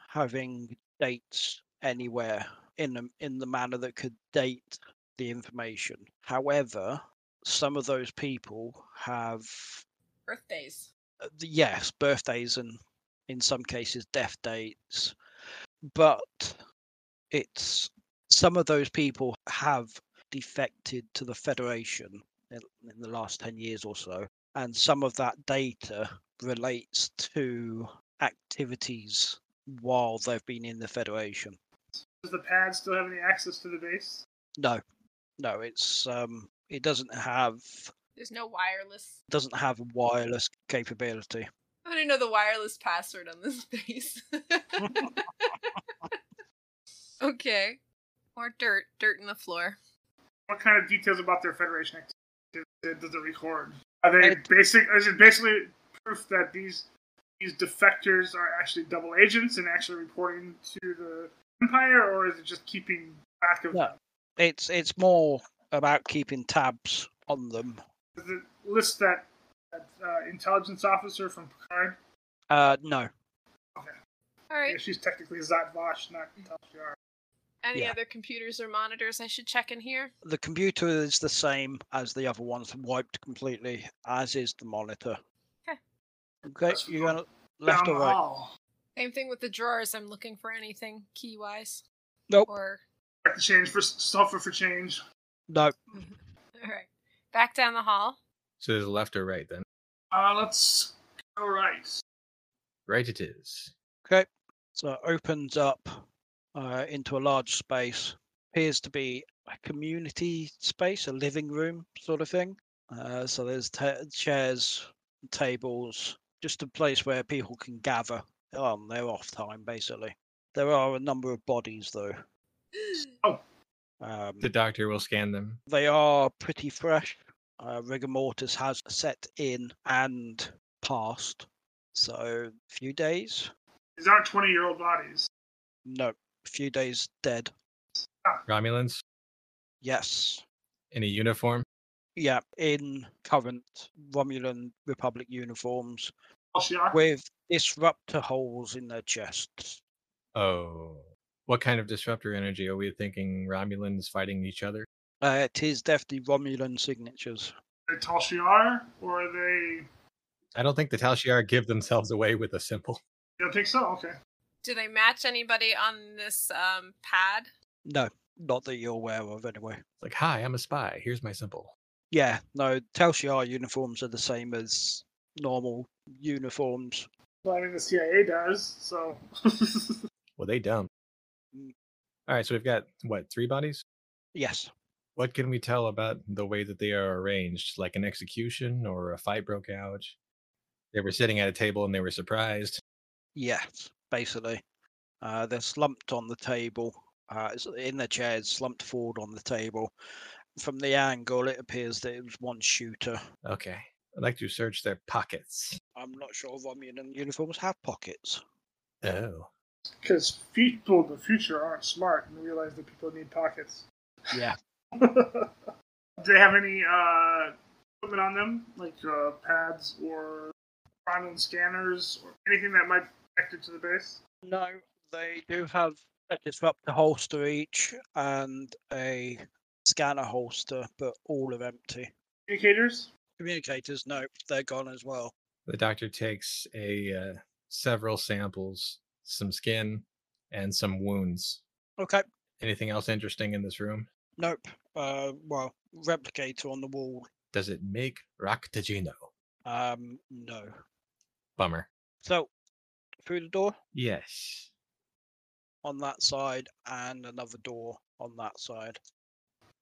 C: having dates anywhere in the, in the manner that could date the information. However, some of those people have,
G: Birthdays.
C: uh, yes, birthdays and in some cases death dates, but it's some of those people have defected to the Federation in, in the last 10 years or so, and some of that data relates to activities while they've been in the Federation.
D: Does the pad still have any access to the base?
C: No, no, it's um, it doesn't have
G: There's no wireless.
C: doesn't have wireless capability.
G: I want to know the wireless password on this base. okay. More dirt. Dirt in the floor.
D: What kind of details about their Federation activity does it record? Are they
C: It-
D: basic? Is it basically proof that these these defectors are actually double agents and actually reporting to the Empire, or is it just keeping track of?
C: No. It's it's more about keeping tabs on them.
D: Does it list that that uh, intelligence officer from Picard?
C: Uh, no,
G: All
D: Yeah,
G: right.
D: she's technically Zat Vosh, not Telfiar.
G: Any
C: Yeah.
G: other computers or monitors I should check in here?
C: the computer is the same as the other ones, wiped completely, as is the monitor.
G: Okay.
C: Okay,
D: Let's
C: you're
D: go
C: gonna left
D: Down
C: or
D: the
C: right?
D: hall.
I: Same thing with the drawers. I'm looking for anything key wise.
C: Nope,
I: Or
D: Check the change for sulfur for change.
C: no.
G: All right. Back down the hall.
H: So there's left or right then.
D: Uh, let's go right.
H: Right it is.
C: Okay, so it opens up uh, into a large space. Appears to be a community space, a living room sort of thing. Uh, so there's ta chairs, tables, just a place where people can gather on their off time, basically. There are a number of bodies though.
D: Oh.
C: Um,
H: The doctor will scan them.
C: they are pretty fresh. Uh, rigor mortis has set in and passed, so few days.
D: These aren't 20 year old bodies.
C: No, few days dead.
H: Romulans
C: Yes.
H: in a uniform.
C: Yeah, in current Romulan Republic uniforms
D: All she are.
C: with disruptor holes in their chests.
H: Oh. What kind of disruptor energy are we thinking? Romulans fighting each other?
C: Uh, it is definitely Romulan signatures.
D: Are they tall she are, or are they.
H: I don't think the Tal Shiar give themselves away with a simple.
D: You don't think so? Okay.
G: Do they match anybody on this um, pad?
C: No, not that you're aware of anyway.
H: It's like, hi, I'm a spy. Here's my simple.
C: Yeah, no, Telshiar uniforms are the same as normal uniforms.
D: Well, I mean, the CIA does, so.
H: Well, they dumb.
C: Mm.
H: All right, so we've got what three bodies?
C: Yes.
H: What can we tell about the way that they are arranged? Like an execution or a fight broke out? They were sitting at a table and they were surprised.
C: Yes, basically. Uh, they're slumped on the table, uh, s- in their chairs, slumped forward on the table. From the angle, it appears that it was one shooter.
H: Okay, I'd like to search their pockets.
C: I'm not sure Romulan uniforms have pockets.
H: Oh,
D: Because people in the future aren't smart and realize that people need pockets.
C: Yeah.
D: Do they have any uh, equipment on them, like uh, pads or primal scanners or anything that might be connected to the base?
C: No, they do have a disruptor holster each and a scanner holster, but all are empty.
D: Communicators?
C: Communicators, no, they're gone as well.
H: the doctor takes a uh, several samples, some skin, and some wounds.
C: Okay,
H: Anything else interesting in this room?
C: nope. Uh, well, replicator on the wall.
H: Does it make Rocktagino?
C: Um, no.
H: Bummer.
C: So, through the door.
H: Yes.
C: on that side and another door on that side.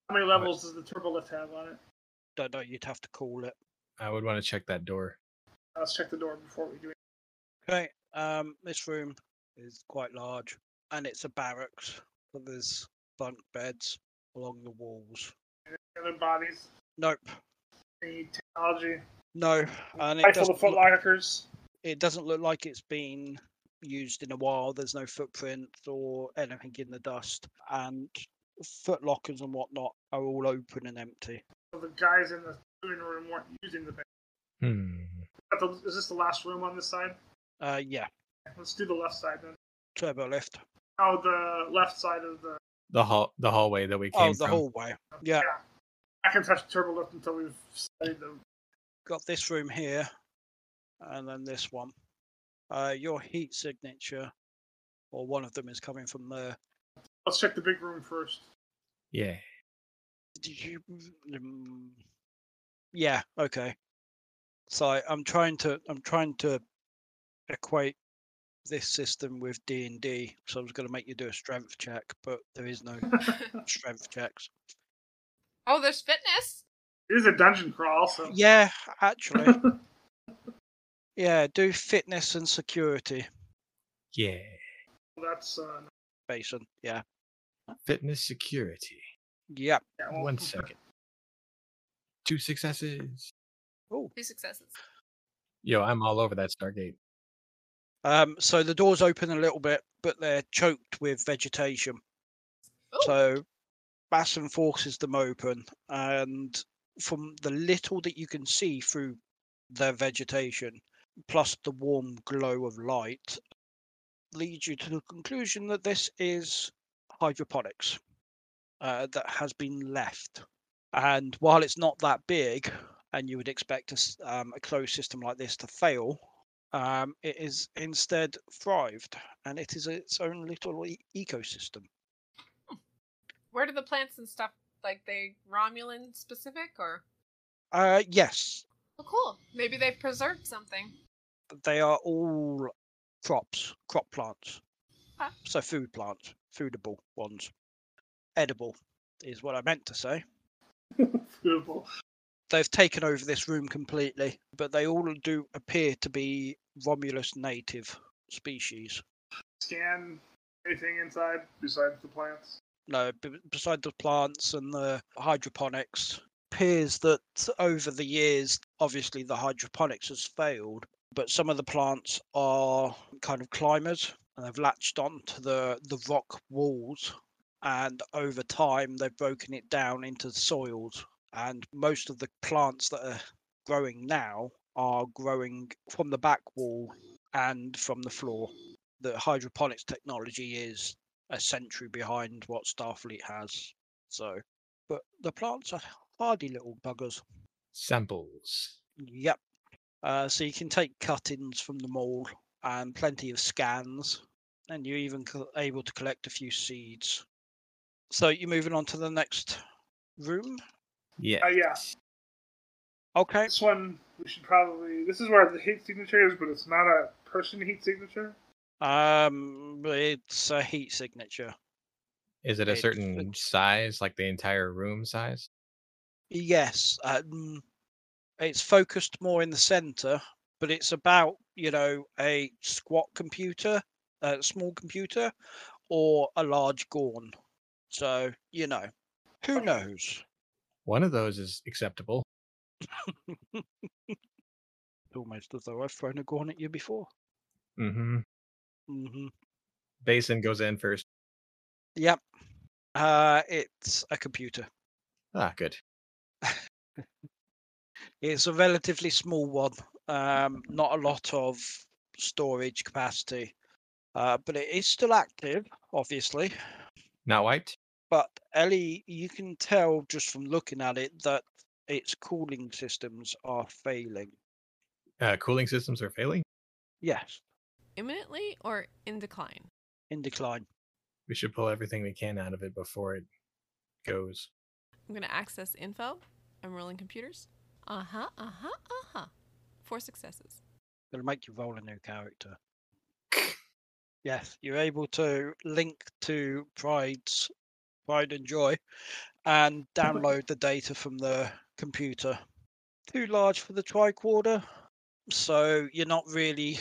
D: How many levels does the turbo lift have on it?
C: Don't know, you'd have to call it.
H: I would want to check that door.
D: Uh, Let's check the door before we do it.
C: Okay, um, this room is quite large and it's a barracks, so there's bunk beds along the walls.
D: Other bodies,
C: Nope,
D: any technology.
C: no, and it
D: Rifle the
C: doesn't,
D: foot
C: look,
D: lockers.
C: it doesn't look like it's been used in a while. There's no footprints or anything in the dust, and foot lockers and whatnot are all open and empty.
D: So the guys in the living room weren't using the base.
H: Hmm.
D: Is that the- Is this the last room on this side?
C: Uh, yeah,
D: Let's do the left side then.
C: Turbo lift.
D: Oh, the left side of the.
H: The hall, the hallway that we came
C: Oh, the
H: from.
C: hallway. Yeah,
D: I can touch turbo lift until we've studied them.
C: got this room here, and then this one. Uh, your heat signature, or one of them is coming from there.
D: Let's check the big room first.
H: Yeah.
C: Did you? mm, Yeah. Okay. So I- I'm trying to I'm trying to equate this system with D and D. So I was going to make you do a strength check, but there is no strength checks.
G: Oh, there's fitness.
D: It is a dungeon crawl, so.
C: Yeah, actually. yeah, do fitness and security,
H: Yeah.
D: That's. Uh,
C: Basin. Yeah.
H: Fitness security.
C: Yeah.
D: yeah, well,
H: One second. Two successes.
C: Oh.
G: Two successes.
H: Yo, I'm all over that Stargate.
C: Um. So the doors open a little bit, but they're choked with vegetation.
G: Ooh.
C: So Basson forces them open, and from the little that you can see through their vegetation, plus the warm glow of light, leads you to the conclusion that this is hydroponics uh, that has been left. And while it's not that big, and you would expect a, s- um, a closed system like this to fail, um, it is instead thrived, and it is its own little e- ecosystem.
G: Where do the plants and stuff like they Romulan specific or?
C: Uh, yes,
G: Oh, cool. Maybe they preserved something.
C: they are all crops, crop plants.
G: Ah.
C: So food plants, foodable ones. Edible is what I meant to say.
D: beautiful.
C: They've taken over this room completely, but they all do appear to be Romulus native species.
D: Scan anything inside besides the plants.
C: No, b- beside the plants and the hydroponics, appears that over the years, obviously the hydroponics has failed, but some of the plants are kind of climbers and they've latched onto the, the rock walls. And over time, they've broken it down into soils. And most of the plants that are growing now are growing from the back wall and from the floor. The hydroponics technology is a century behind what Starfleet has. So, but the plants are hardy little buggers.
H: Samples.
C: Yep. Uh, so you can take cuttings from them all and plenty of scans, and you're even co- able to collect a few seeds. So you're moving on to the next room.
H: Yeah.
D: Uh, yeah.
C: Okay.
D: This one, we should probably. This is where the heat signature is, but it's not a person heat signature.
C: Um, it's a heat signature.
H: Is it a
C: It-
H: certain
C: it's- size,
H: size, like the entire room size?
C: Yes, um, it's focused more in the center, but it's about, you know, a squat computer, a small computer, or a large Gorn. So, you know, who knows?
H: One of those is acceptable.
C: Almost as though I've thrown a Gorn at you before.
H: Mm-hmm.
C: hmm
H: Basin goes in first.
C: Yep. Uh, it's a computer.
H: Ah, good.
C: It's a relatively small one. Um, not a lot of storage capacity, uh, but it is still active, obviously.
H: Not wiped?
C: But Ellie, you can tell just from looking at it that its cooling systems are failing.
H: Uh, cooling systems are failing.
C: Yes,
A: Imminently or in decline?
C: in decline.
H: We should pull everything we can out of it before it goes.
A: I'm going to access info. I'm rolling computers. Uh huh, uh huh, uh huh. Four successes.
C: It'll make you roll a new character. yes, you're able to link to Pride's Pride and Joy and download the data from the computer. Too large for the tricorder, so you're not really.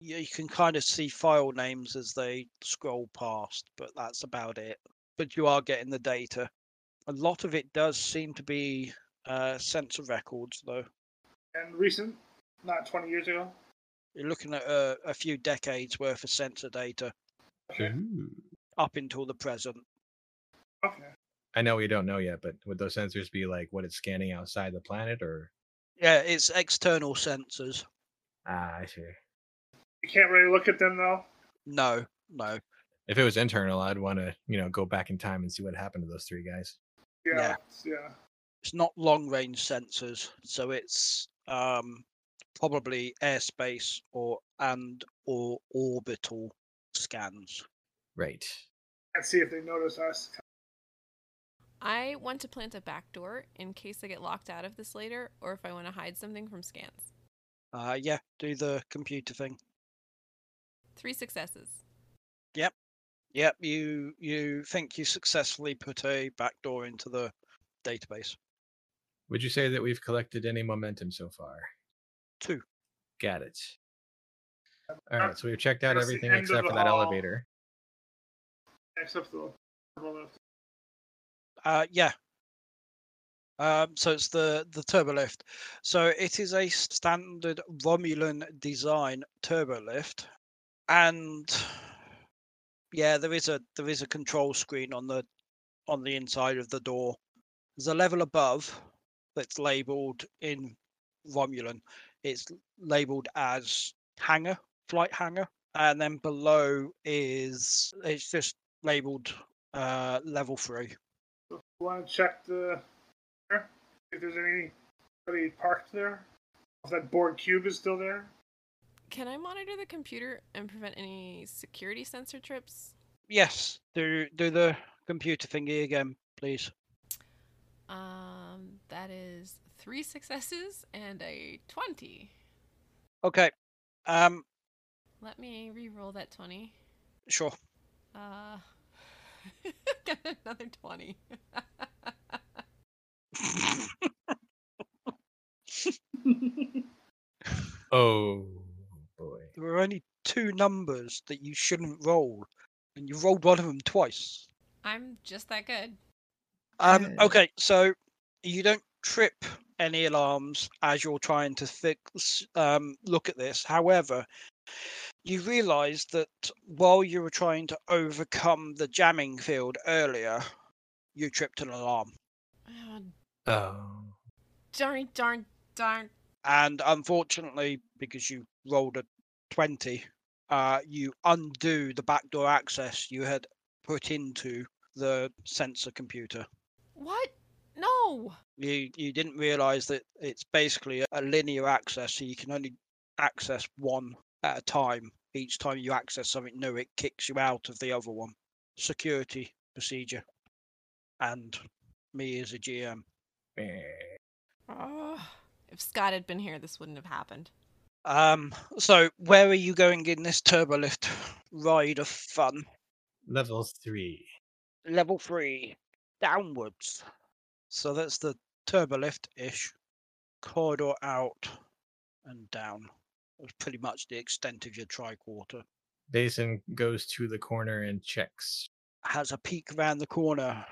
C: You you can kind of see file names as they scroll past, but that's about it. But you are getting the data. A lot of it does seem to be uh, sensor records, though.
D: And recent, not 20 years ago.
C: You're looking at a, a few decades worth of sensor data
D: Okay.
C: up until the present.
D: Okay.
H: I know we don't know yet, but would those sensors be like what it's scanning outside the planet or?
C: Yeah, it's external sensors.
H: Ah, I see.
D: You can't really look at them though.
C: No, no.
H: If it was internal, I'd want to, you know, go back in time and see what happened to those three guys.
D: Yeah,
C: Yeah.
D: yeah.
C: It's not long range sensors, so it's um probably airspace or and or orbital scans.
H: Right.
D: Can't see if they notice us.
A: I want to plant a back door in case I get locked out of this later or if I want to hide something from scans.
C: Uh yeah, do the computer thing.
A: Three successes.
C: Yep, you you think you successfully put a backdoor into the database.
H: Would you say that we've collected any momentum so far?
C: Two.
H: Got it. All right, so we've checked out
D: That's the
H: everything
D: end of
H: except
D: the
H: for that
D: hall.
H: elevator.
D: Except for the
C: Uh, yeah. Um, so it's the the turbolift. So it is a standard Romulan design turbolift, and yeah, there is a there is a control screen on the on the inside of the door. There's a level above that's labeled in Romulan. It's labeled as hangar, flight hangar, and then below is it's just labeled uh, level three.
D: Want to check the if there's any anybody parked there? If that board cube is still there?
A: Can I monitor the computer and prevent any security sensor trips?
C: Yes, do do the computer thingy again, please.
A: Um, that is three successes and a 20.
C: Okay. Um,
A: Let me re-roll that 20.
C: sure.
A: Uh, got another 20.
H: Oh boy.
C: There were only two numbers that you shouldn't roll, and you rolled one of them twice.
A: I'm just that good.
C: Um,
E: Yeah.
C: okay, so you don't trip any alarms as you're trying to fix um, look at this. However, you realise that while you were trying to overcome the jamming field earlier, you tripped an alarm.
A: Oh,
H: Oh.
A: darn, darn, darn.
C: and unfortunately, because you rolled a 20, uh, you undo the backdoor access you had put into the sensor computer.
A: What? No!
C: You you didn't realize that it's basically a linear access, so you can only access one at a time. Each time you access something new, it kicks you out of the other one. Security procedure, and me as a GM.
A: Oh. If Scott had been here, this wouldn't have happened.
C: Um, so where are you going in this turbolift ride of fun?
H: Level three.
C: Level three, downwards. So that's the turbolift ish. Corridor out and down. That's pretty much the extent of your tricorder.
H: Basin goes to the corner and checks.
C: Has a peek round the corner.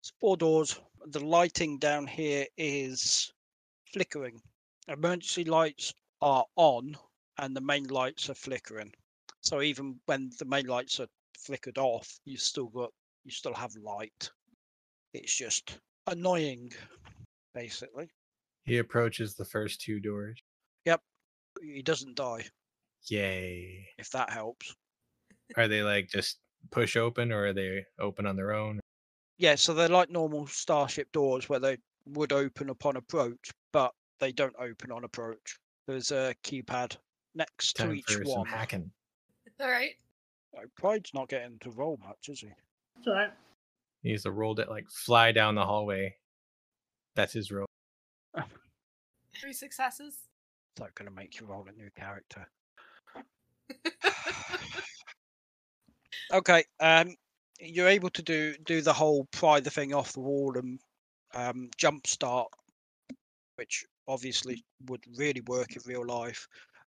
C: It's four doors. The lighting down here is flickering. Emergency lights are on and the main lights are flickering. So even when the main lights are flickered off, you still got you still have light. It's just annoying, basically.
H: He approaches the first two doors.
C: He doesn't die,
H: Yay.
C: if that helps.
H: Are they like just push open or are they open on their own?
C: Yeah, so they're like normal starship doors where they would open upon approach, but they don't open on approach. There's a keypad next to
H: Time
C: each
H: for some
C: one.
H: hacking.
I: All right.
C: Oh, Pride's not getting to roll much, is he?
D: That's all right.
H: He needs to uh, roll it like fly down the hallway. That's his roll.
I: Three successes.
C: It's not going to make you roll a new character. okay, um, you're able to do do the whole pry the thing off the wall and um, jump start, which obviously would really work in real life.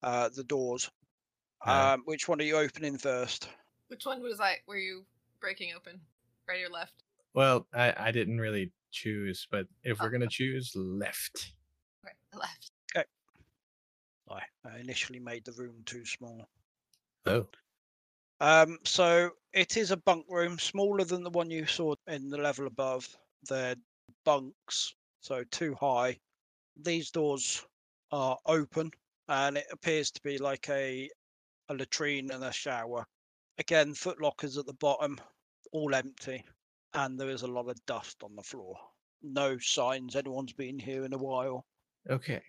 C: Uh, the doors.
H: Uh,
C: Um, which one are you opening first?
G: Which one was I? Were you breaking open? Right or left?
H: well, I, I didn't really choose, but if we're gonna choose left.
G: Right, left.
C: I I initially made the room too small.
H: Oh.
C: Um, so it is a bunk room, smaller than the one you saw in the level above. They're bunks, so too high. These doors are open, and it appears to be like a a latrine, and a shower. Again, footlockers at the bottom, all empty, and there is a lot of dust on the floor. No signs anyone's been here in a while.
H: Okay.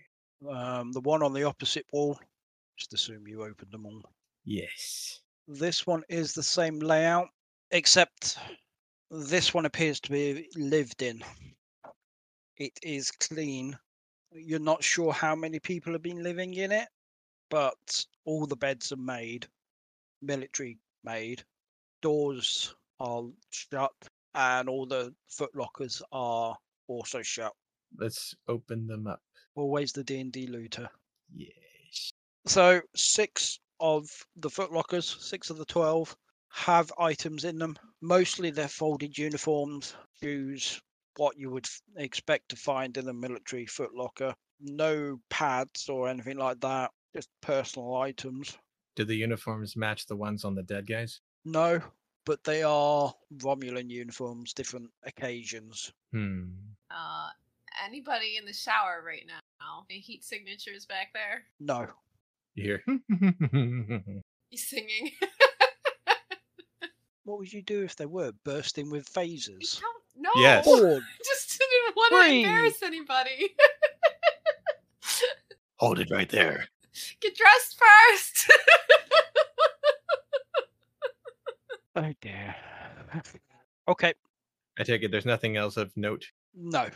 C: Um, the one on the opposite wall, just assume you opened them all.
H: Yes.
C: This one is the same layout, except this one appears to be lived in. It is clean. You're not sure how many people have been living in it, but all the beds are made, military made. Doors are shut, and all the footlockers are also shut.
H: Let's open them up.
C: Always the D and D looter.
H: Yes.
C: So six of the footlockers, six of the twelve, have items in them. Mostly they're folded uniforms, shoes, what you would f- expect to find in a military footlocker. No pads or anything like that. Just personal items.
H: Do the uniforms match the ones on the dead guys?
C: No, but they are Romulan uniforms, different occasions.
H: Hmm.
G: Uh, anybody in the shower right now? Any heat signatures back there?
C: No.
H: You hear?
G: He's singing.
C: What would you do if they were bursting with phasers?
G: no.
H: Yes.
C: Or
G: Just didn't want to
C: Wait.
G: embarrass anybody.
H: Hold it right there.
G: Get dressed first.
C: oh dear. okay.
H: I take it there's nothing else of note.
C: No.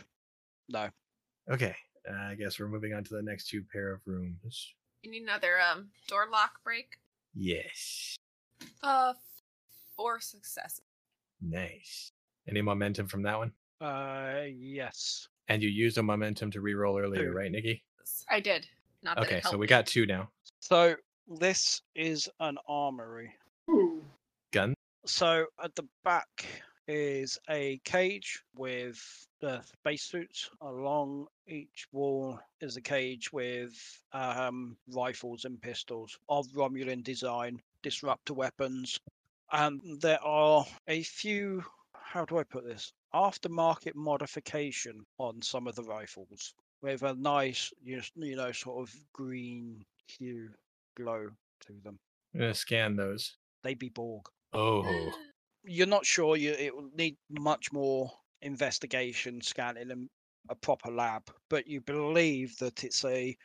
H: Okay. Uh, I guess we're moving on to the next two pair of rooms.
G: you need another um door lock break.
H: Yes.
G: Uh, four successes.
H: Nice. Any momentum from that one?
C: Uh yes.
H: And you used a momentum to reroll earlier,
C: Two.
H: right, Nikki?
G: I did. Not that it
H: Okay, so
G: helped
H: we
G: me.
H: got two now.
C: So this is an armory.
D: Ooh,
H: Gun.
C: So at the back is a cage with the spacesuits. Along each wall is a cage with um, rifles and pistols of Romulan design, disruptor weapons. And there are a few, how do I put this? Aftermarket modification on some of the rifles with a nice, you s- you know, sort of green hue glow to them.
H: I'm gonna scan those.
C: They be Borg
H: Oh.
C: you're not sure you it will need much more investigation scanning and a proper lab but you believe that it's a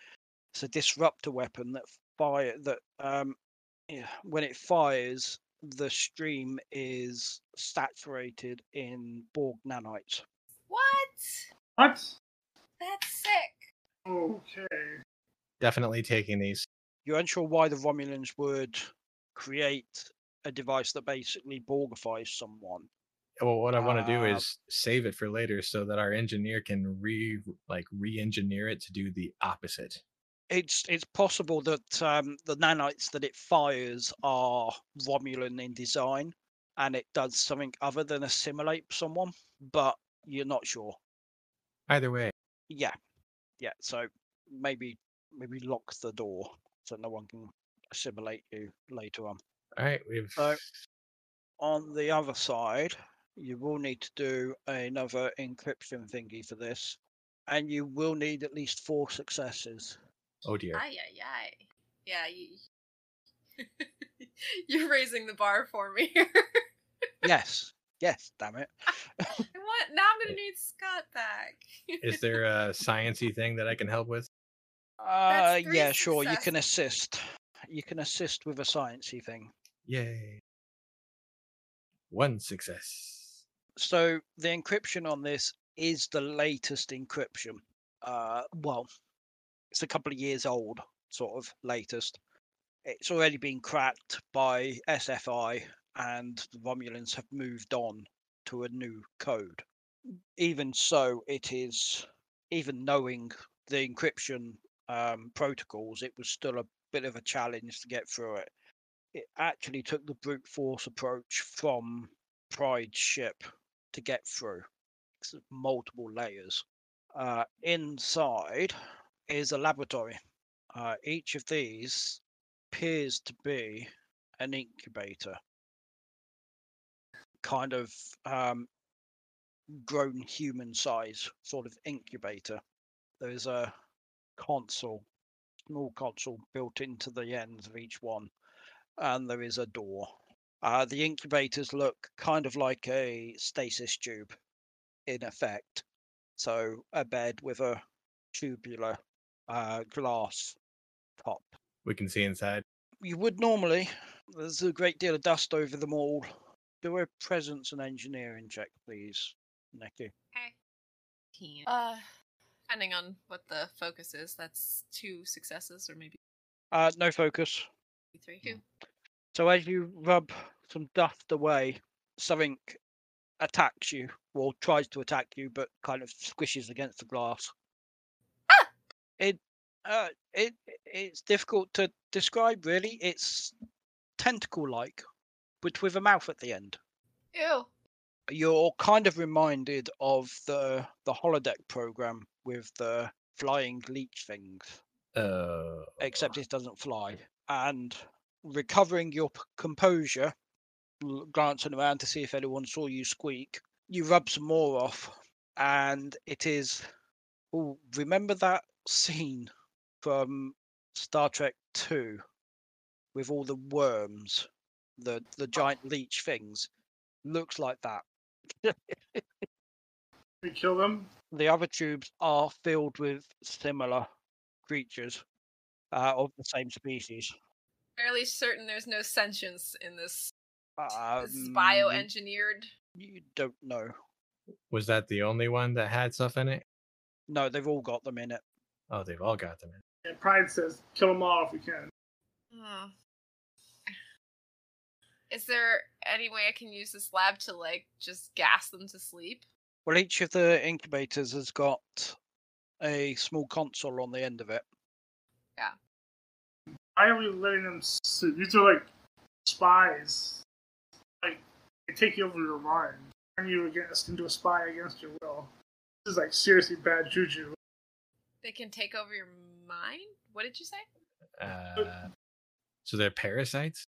C: it's a disruptor weapon that fire that um yeah, when it fires the stream is saturated in borg nanites
G: What?
D: what?
G: That's sick.
D: Okay.
H: Definitely taking these.
C: you're unsure why the romulans would create a device that basically borgifies someone
H: Well, what I want to do
C: Uh,
H: is save it for later so that our engineer can re like re-engineer it to do the opposite.
C: it's it's possible that um, the nanites that it fires are Romulan in design, and it does something other than assimilate someone, but you're not sure.
H: Either way,
C: Yeah, yeah. So maybe maybe lock the door so no one can assimilate you later on.
H: all right, we've
G: Uh,
C: So- On the other side, you will need to do another encryption thingy for this, and you will need at least four successes.
H: oh dear.
G: Ay ay ay. Yeah, you. You're raising the bar for me. here.
C: yes, yes. Damn it.
G: I want now. I'm gonna need Scott back.
H: Is there a sciencey thing that I can help with?
C: Uh,
G: three
C: yeah, sure. You can assist. You can assist with a sciencey thing.
H: Yay. One success.
C: So the encryption on this is the latest encryption. Uh, well, it's a couple of years old, sort of latest. It's already been cracked by SFI, and the Romulans have moved on to a new code. Even so, it is even knowing the encryption um, protocols, it was still a bit of a challenge to get through it. It actually took the brute force approach from Pride ship to get through. It's multiple layers. Uh, inside is a laboratory. Uh, each of these appears to be an incubator, kind of um, grown human size sort of incubator. There is a console, small console built into the ends of each one, and there is a door. Uh, the incubators look kind of like a stasis tube, in effect. So a bed with a tubular uh, glass top.
H: We can see inside.
C: You would normally. There's a great deal of dust over them all. Do a presence and engineering check, please, Nicky.
G: Ten. Uh, depending on what the focus is, that's two successes or maybe
C: Uh, no focus.
G: three. Two.
C: So as you rub some dust away, something attacks you, or tries to attack you, but kind of squishes against the glass. It, uh, it, it's difficult to describe. Really, it's tentacle-like, but with a mouth at the end.
G: Ew.
C: You're kind of reminded of the the holodeck program with the flying leech things
H: Uh,
C: except it doesn't fly. And recovering your p- composure, l- glancing around to see if anyone saw you squeak, you rub some more off, and it is. Oh, remember that scene from Star Trek Two with all the worms, the
G: Oh.
C: the giant leech things. Looks like that.
D: We kill them.
C: the other tubes are filled with similar creatures uh, of the same species.
G: Fairly certain there's no sentience in this. this is
C: Um,
G: bioengineered.
C: You don't know.
H: was that the only one that had stuff in it?
C: No, they've all got them in it.
H: Oh, they've all got them in. it.
D: And Pride says, kill them all if we can.
G: Ugh. Is there any way I can use this lab to like just gas them to sleep?
C: Well, each of the incubators has got a small console on the end of it.
D: Why are we letting them sleep? These are like spies. Like, they take you over your mind. Turn you against into a spy against your will. This is like seriously bad juju.
G: They can take over your mind? What did you say?
H: Uh, so they're parasites,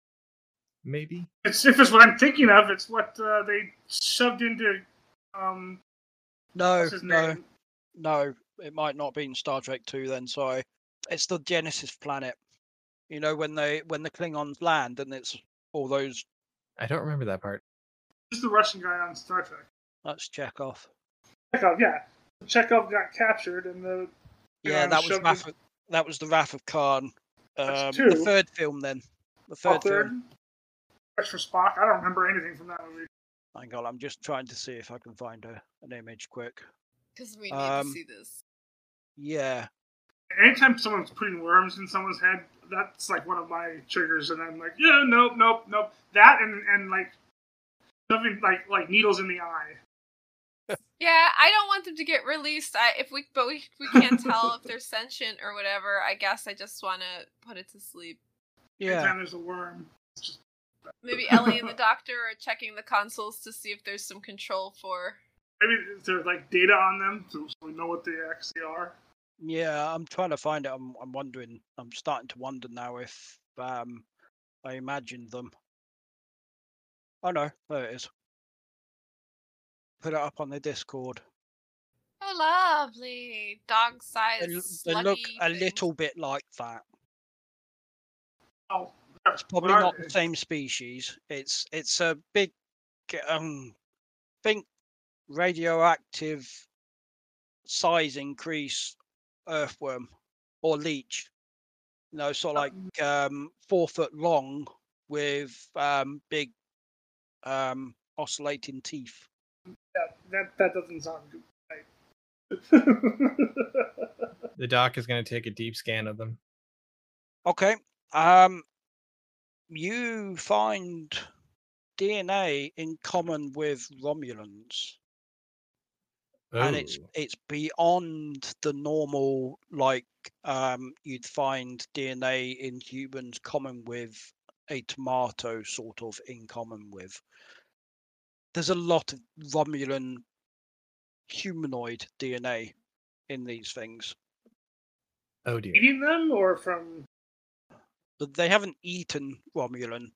H: maybe.
D: It's, if it's what I'm thinking of, it's what uh, they shoved into. Um,
C: No,
D: what's his
C: Oh, no,
D: name?
C: no. It might not be in Star Trek Two then. Sorry, it's the Genesis planet. You know when they when the Klingons land and it's all those.
H: I don't remember that part.
D: Who's the Russian guy on Star Trek?
C: Let's check off.
D: Chekhov, yeah. Chekhov got captured, and the
C: Yeah,
D: Klingons
C: that was
D: shoved
C: Wrath of, that was the Wrath of Khan. Um,
D: That's
C: the
D: two.
C: third film then. The
D: Oh,
C: third film.
D: Search for Spock. I don't remember anything from that movie.
C: Hang on, I'm just trying to see if I can find a, an image quick.
G: Because we need
C: Um,
G: to see this.
C: Yeah.
D: Anytime someone's putting worms in someone's head, that's like one of my triggers, and I'm like, yeah, nope, nope, nope. That and and like something like like needles in the eye.
G: Yeah, I don't want them to get released. I if we but we, we can't tell if they're sentient or whatever. I guess I just want to put it to sleep.
C: Yeah.
D: Anytime there's a worm, it's just
G: Maybe Ellie and the doctor are checking the consoles to see if there's some control for.
D: maybe there's like data on them, so so we know what they actually are.
C: Yeah, I'm trying to find it. I'm I'm wondering. I'm starting to wonder now if um I imagined them. Oh no, there it is. Put it up on the Discord.
G: Oh, lovely dog-sized.
C: They, l- they look
G: sluggy
C: a
G: things.
C: little bit like that.
D: Oh,
C: It's probably not the same species. It's it's a big um think radioactive size increase earthworm or leech. You know, sort of like um four foot long with um big um oscillating teeth.
D: That, that that doesn't sound good. Right.
H: The doc is going to take a deep scan of them.
C: Okay. Um you find DNA in common with Romulans. and it's
H: Ooh,
C: it's beyond the normal like um you'd find dna in humans common with a tomato sort of in common with there's a lot of romulan humanoid dna in these things
H: oh dear.
D: Eating them or from
C: but they haven't eaten romulan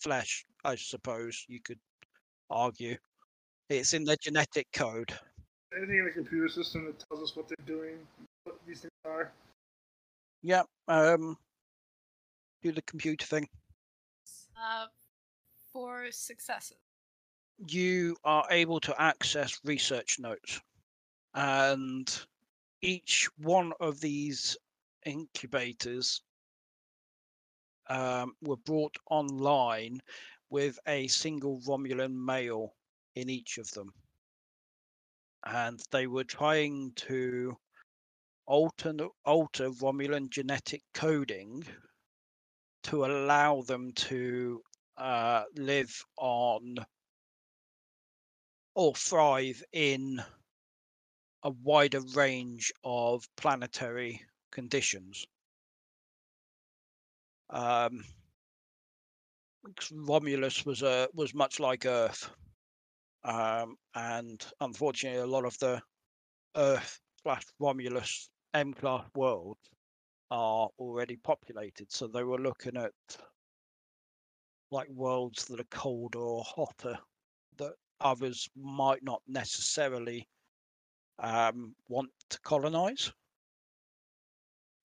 C: flesh i suppose you could argue it's in their genetic code
D: anything in the computer system that tells us what they're doing, what these things are.
C: yeah um do the computer thing
I: Uh, four successes.
C: you are able to access research notes. And each one of these incubators um, were brought online with a single Romulan male in each of them. And they were trying to alter, alter Romulan genetic coding to allow them to uh, live on or thrive in a wider range of planetary conditions. Um, 'cause Romulus was a was much like Earth, um, and unfortunately, a lot of the Earth slash Romulus M class worlds are already populated. So they were looking at like worlds that are colder or hotter that others might not necessarily um, want to colonize.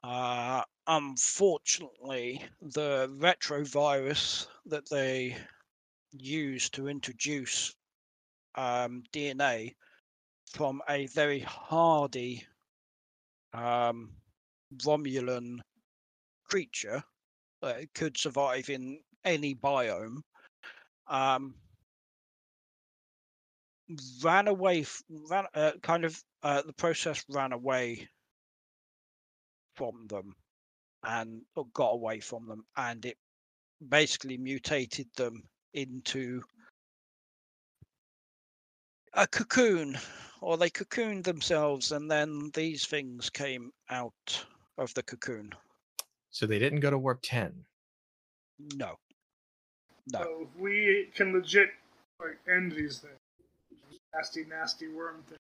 C: Uh, unfortunately, the retrovirus that they use to introduce um, DNA from a very hardy um, Romulan creature that could survive in any biome um, ran away, f- ran uh, kind of uh, the process ran away from them and or got away from them, and it basically mutated them into a cocoon, or they cocooned themselves, and then these things came out of the cocoon.
H: So they didn't go to warp ten.
C: No, no.
D: So we can legit like end these things. Nasty, nasty worm thing.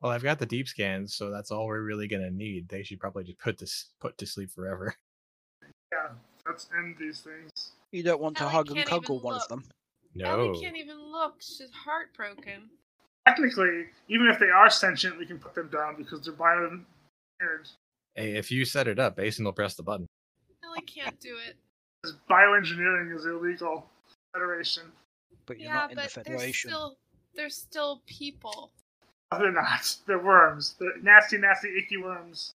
H: Well, I've got the deep scans, so that's all we're really gonna need. They should probably just put this put to sleep forever.
D: Yeah, let's end these things.
C: You don't want to
I: Ellie
C: hug and
I: can't even
C: cuddle one of
I: look.
C: them.
H: No,
I: Ellie
G: e
I: can't even look. She's heartbroken.
D: Technically, even if they are sentient, we can put them down because they're bioengineered.
H: hey, if you set it up, Basin will press the button.
I: Ellie can't do it.
D: Because bioengineering is illegal. Federation.
C: But you're
I: yeah,
C: not in
I: but
C: the Federation.
I: There's still, there's still people.
D: No, they're not. They're worms. They're nasty, nasty, icky worms.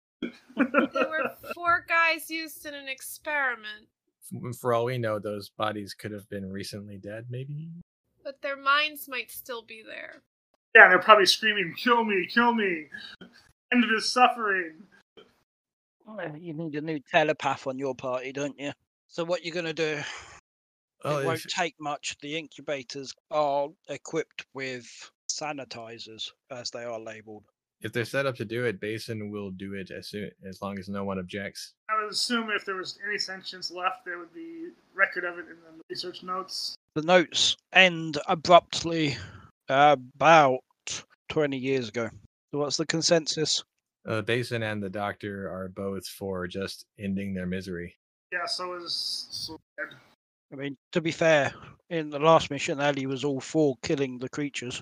I: There were four guys used in an experiment,
H: F- For all we know, those bodies could have been recently dead. Maybe
I: but their minds might still be there.
D: Yeah, they're probably screaming, "Kill me! Kill me! End this suffering!"
C: Uh, You need a new telepath on your party, don't you? So what you gonna do?
H: Well,
C: it
H: if-
C: won't take much. The incubators are equipped with sanitizers, as they are labeled.
H: if they're set up to do it, Basin will do it as soon as long as no one objects.
D: I would assume if there was any sentience left, there would be record of it in the research notes.
C: The notes end abruptly about 20 years ago. So what's the consensus?
H: Uh, Basin and the doctor are both for just ending their misery.
D: Yeah, so is so dead.
C: I mean, to be fair, in the last mission, Ali was all for killing the creatures.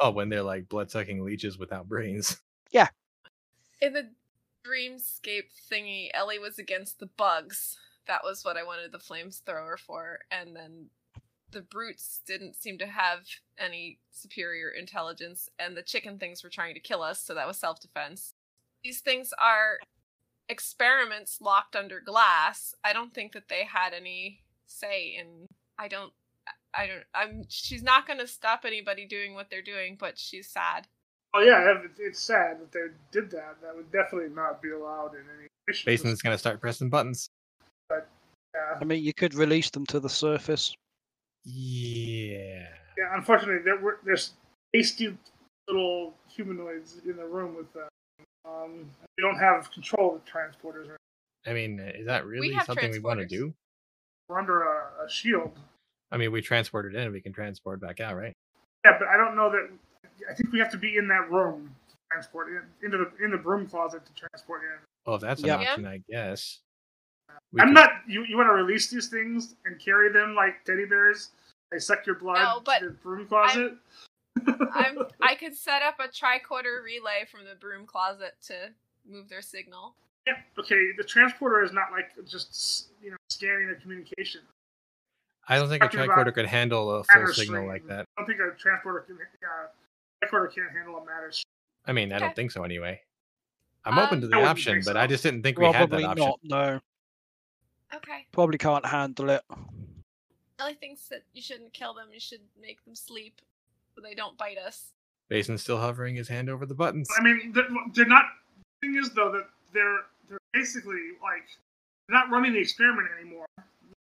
H: Oh, when they're like blood-sucking leeches without brains.
G: In the dreamscape thingy, Ellie was against the bugs. That was what I wanted the flamethrower for. And then the brutes didn't seem to have any superior intelligence, and the chicken things were trying to kill us, so that was self defense. These things are experiments locked under glass. I don't think that they had any say in. I don't. I don't. I'm. She's not going to stop anybody doing what they're doing, but she's sad.
D: Oh yeah, it- it's sad that they did that. That would definitely not be allowed in any. mission.
H: Basin's gonna start pressing buttons.
D: Yeah.
C: I mean, you could release them to the surface.
H: Yeah.
D: yeah, unfortunately, there were there's tasty little humanoids in the room with them. Um, we don't have control of the transporters. Right?
H: I mean, is that really
G: have
H: something we want to
G: transporters.
H: do?
D: We're under a, a shield.
H: I mean, we transported in, we can transport back out, right?
D: Yeah, but I don't know that. I think we have to be in that room to transport in, into the in the broom closet to transport in.
H: Well, if that's an
C: Yeah.
G: Yeah.
H: option, I guess. We
D: I'm
H: could-
D: not. You you want to release these things and carry them like teddy bears? They suck your blood
G: No, but
D: to the broom closet.
G: I'm, I could set up a tricorder relay from the broom closet to move their signal.
D: Yeah. Okay. The transporter is not like just you know scanning a communication.
H: I don't think a
D: Talking about
H: tricorder could handle a full
D: matter
H: signal
D: stream.
H: like that.
D: I don't think a transporter can. Uh, recorder can't handle a matter. stream.
H: I mean, I
G: Okay.
H: don't think so anyway. I'm
G: Um,
H: open
D: I
H: to the
D: wouldn't
H: option,
D: think
H: but
D: so.
H: I just didn't think we had
C: Probably
H: that option.
C: not. No,
G: Okay.
C: probably can't handle it.
G: Ellie thinks that you shouldn't kill them. You should make them sleep so they don't bite us.
H: Basin's still hovering his hand over the buttons.
D: I mean, they're, they're not. The thing is, though, that they're they're basically like they're not running the experiment anymore.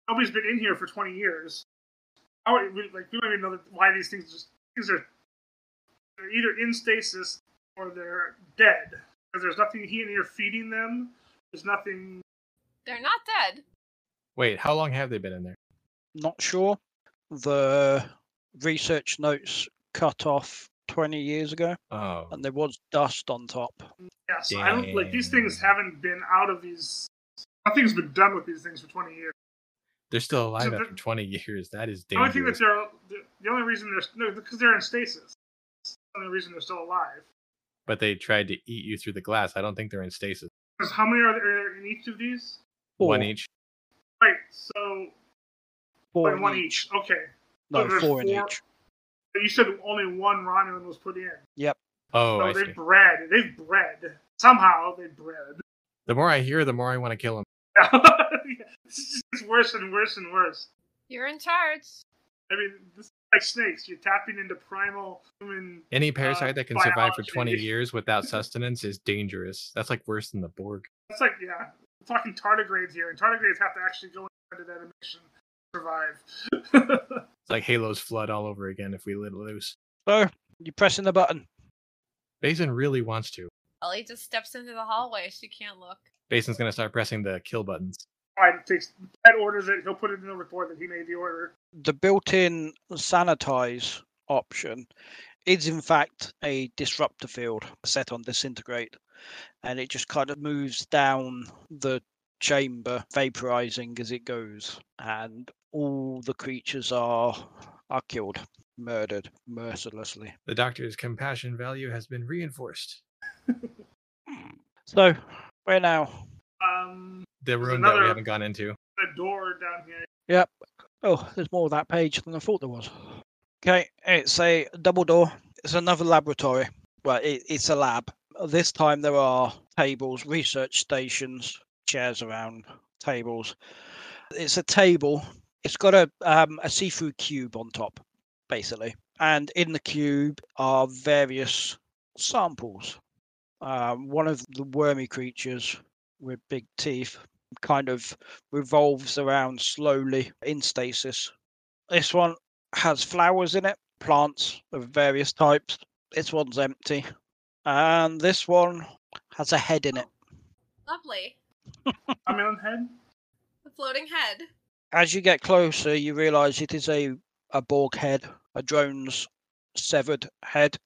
D: Nobody's been in here for 20 years. How are we, like we don't even know that- why these things just things are they're either in stasis or they're dead. 'Cause there's nothing here here feeding them. There's nothing.
G: They're not dead.
H: Wait, how long have they been in there?
C: Not sure. The research notes cut off 20 years ago,
H: Oh,
C: and there was dust on top.
D: Yeah, so I don't like these things
H: Dang.
D: haven't been out of these. Nothing's been done with these things for 20 years.
H: they're still alive
D: they're-
H: after 20 years. That is
D: The only thing
H: dangerous.
D: that they're the- the only reason they're no because they're in stasis. That's the only reason they're still alive.
H: But they tried to eat you through the glass. I don't think they're in stasis.
D: Because how many are there in each of these?
H: One
C: Four-
H: each.
D: Right, so
C: Four
D: like
C: in
D: one each. Okay.
C: No,
D: there's
C: four in
D: four-
C: each.
D: But you said only one Romulan was put in.
H: Oh, I
D: so they
H: see.
D: bred. They've bred. Somehow they bred.
H: The more I hear, the more I want to kill him.
D: it's just worse and worse and worse.
G: You're in charge.
D: I mean, this is like snakes. You're tapping into primal human.
H: Any parasite that can survive for 20
D: biology.
H: years without sustenance is dangerous. That's like worse than the Borg.
D: That's like, yeah. We're talking tardigrades here, and tardigrades have to actually go into that animation to survive.
H: It's like Halo's flood all over again if we let loose.
C: So, you're pressing the button.
H: Basin really wants to.
G: Ellie just steps into the hallway. She can't look.
H: Basin's gonna start pressing the kill buttons.
D: Fine, takes Ed orders it. He'll put it in the report that he made the order.
C: The built in sanitize option is, in fact, a disruptor field set on disintegrate, and it just kind of moves down the chamber, vaporizing as it goes, and all the creatures are are killed, murdered mercilessly.
H: The doctor's compassion value has been reinforced.
C: So, where now?
D: Um,
H: The
D: There's
H: room that
D: another-
H: we haven't gone into.
D: the door down here.
C: Yep. Oh, there's more of that page than I thought there was. Okay, it's a double door. It's another laboratory. Well, it, it's a lab. This time there are tables, research stations, chairs around, tables. It's a table. It's got a um, a see-through cube on top, basically, and in the cube are various samples. Um, one of the wormy creatures with big teeth kind of revolves around slowly in stasis. This one has flowers in it, plants of various types. This one's empty. And this one has a head in it.
G: Lovely.
D: I'm on head.
G: The floating head.
C: As you get closer, you realize it is a, a Borg head, a drone's severed head.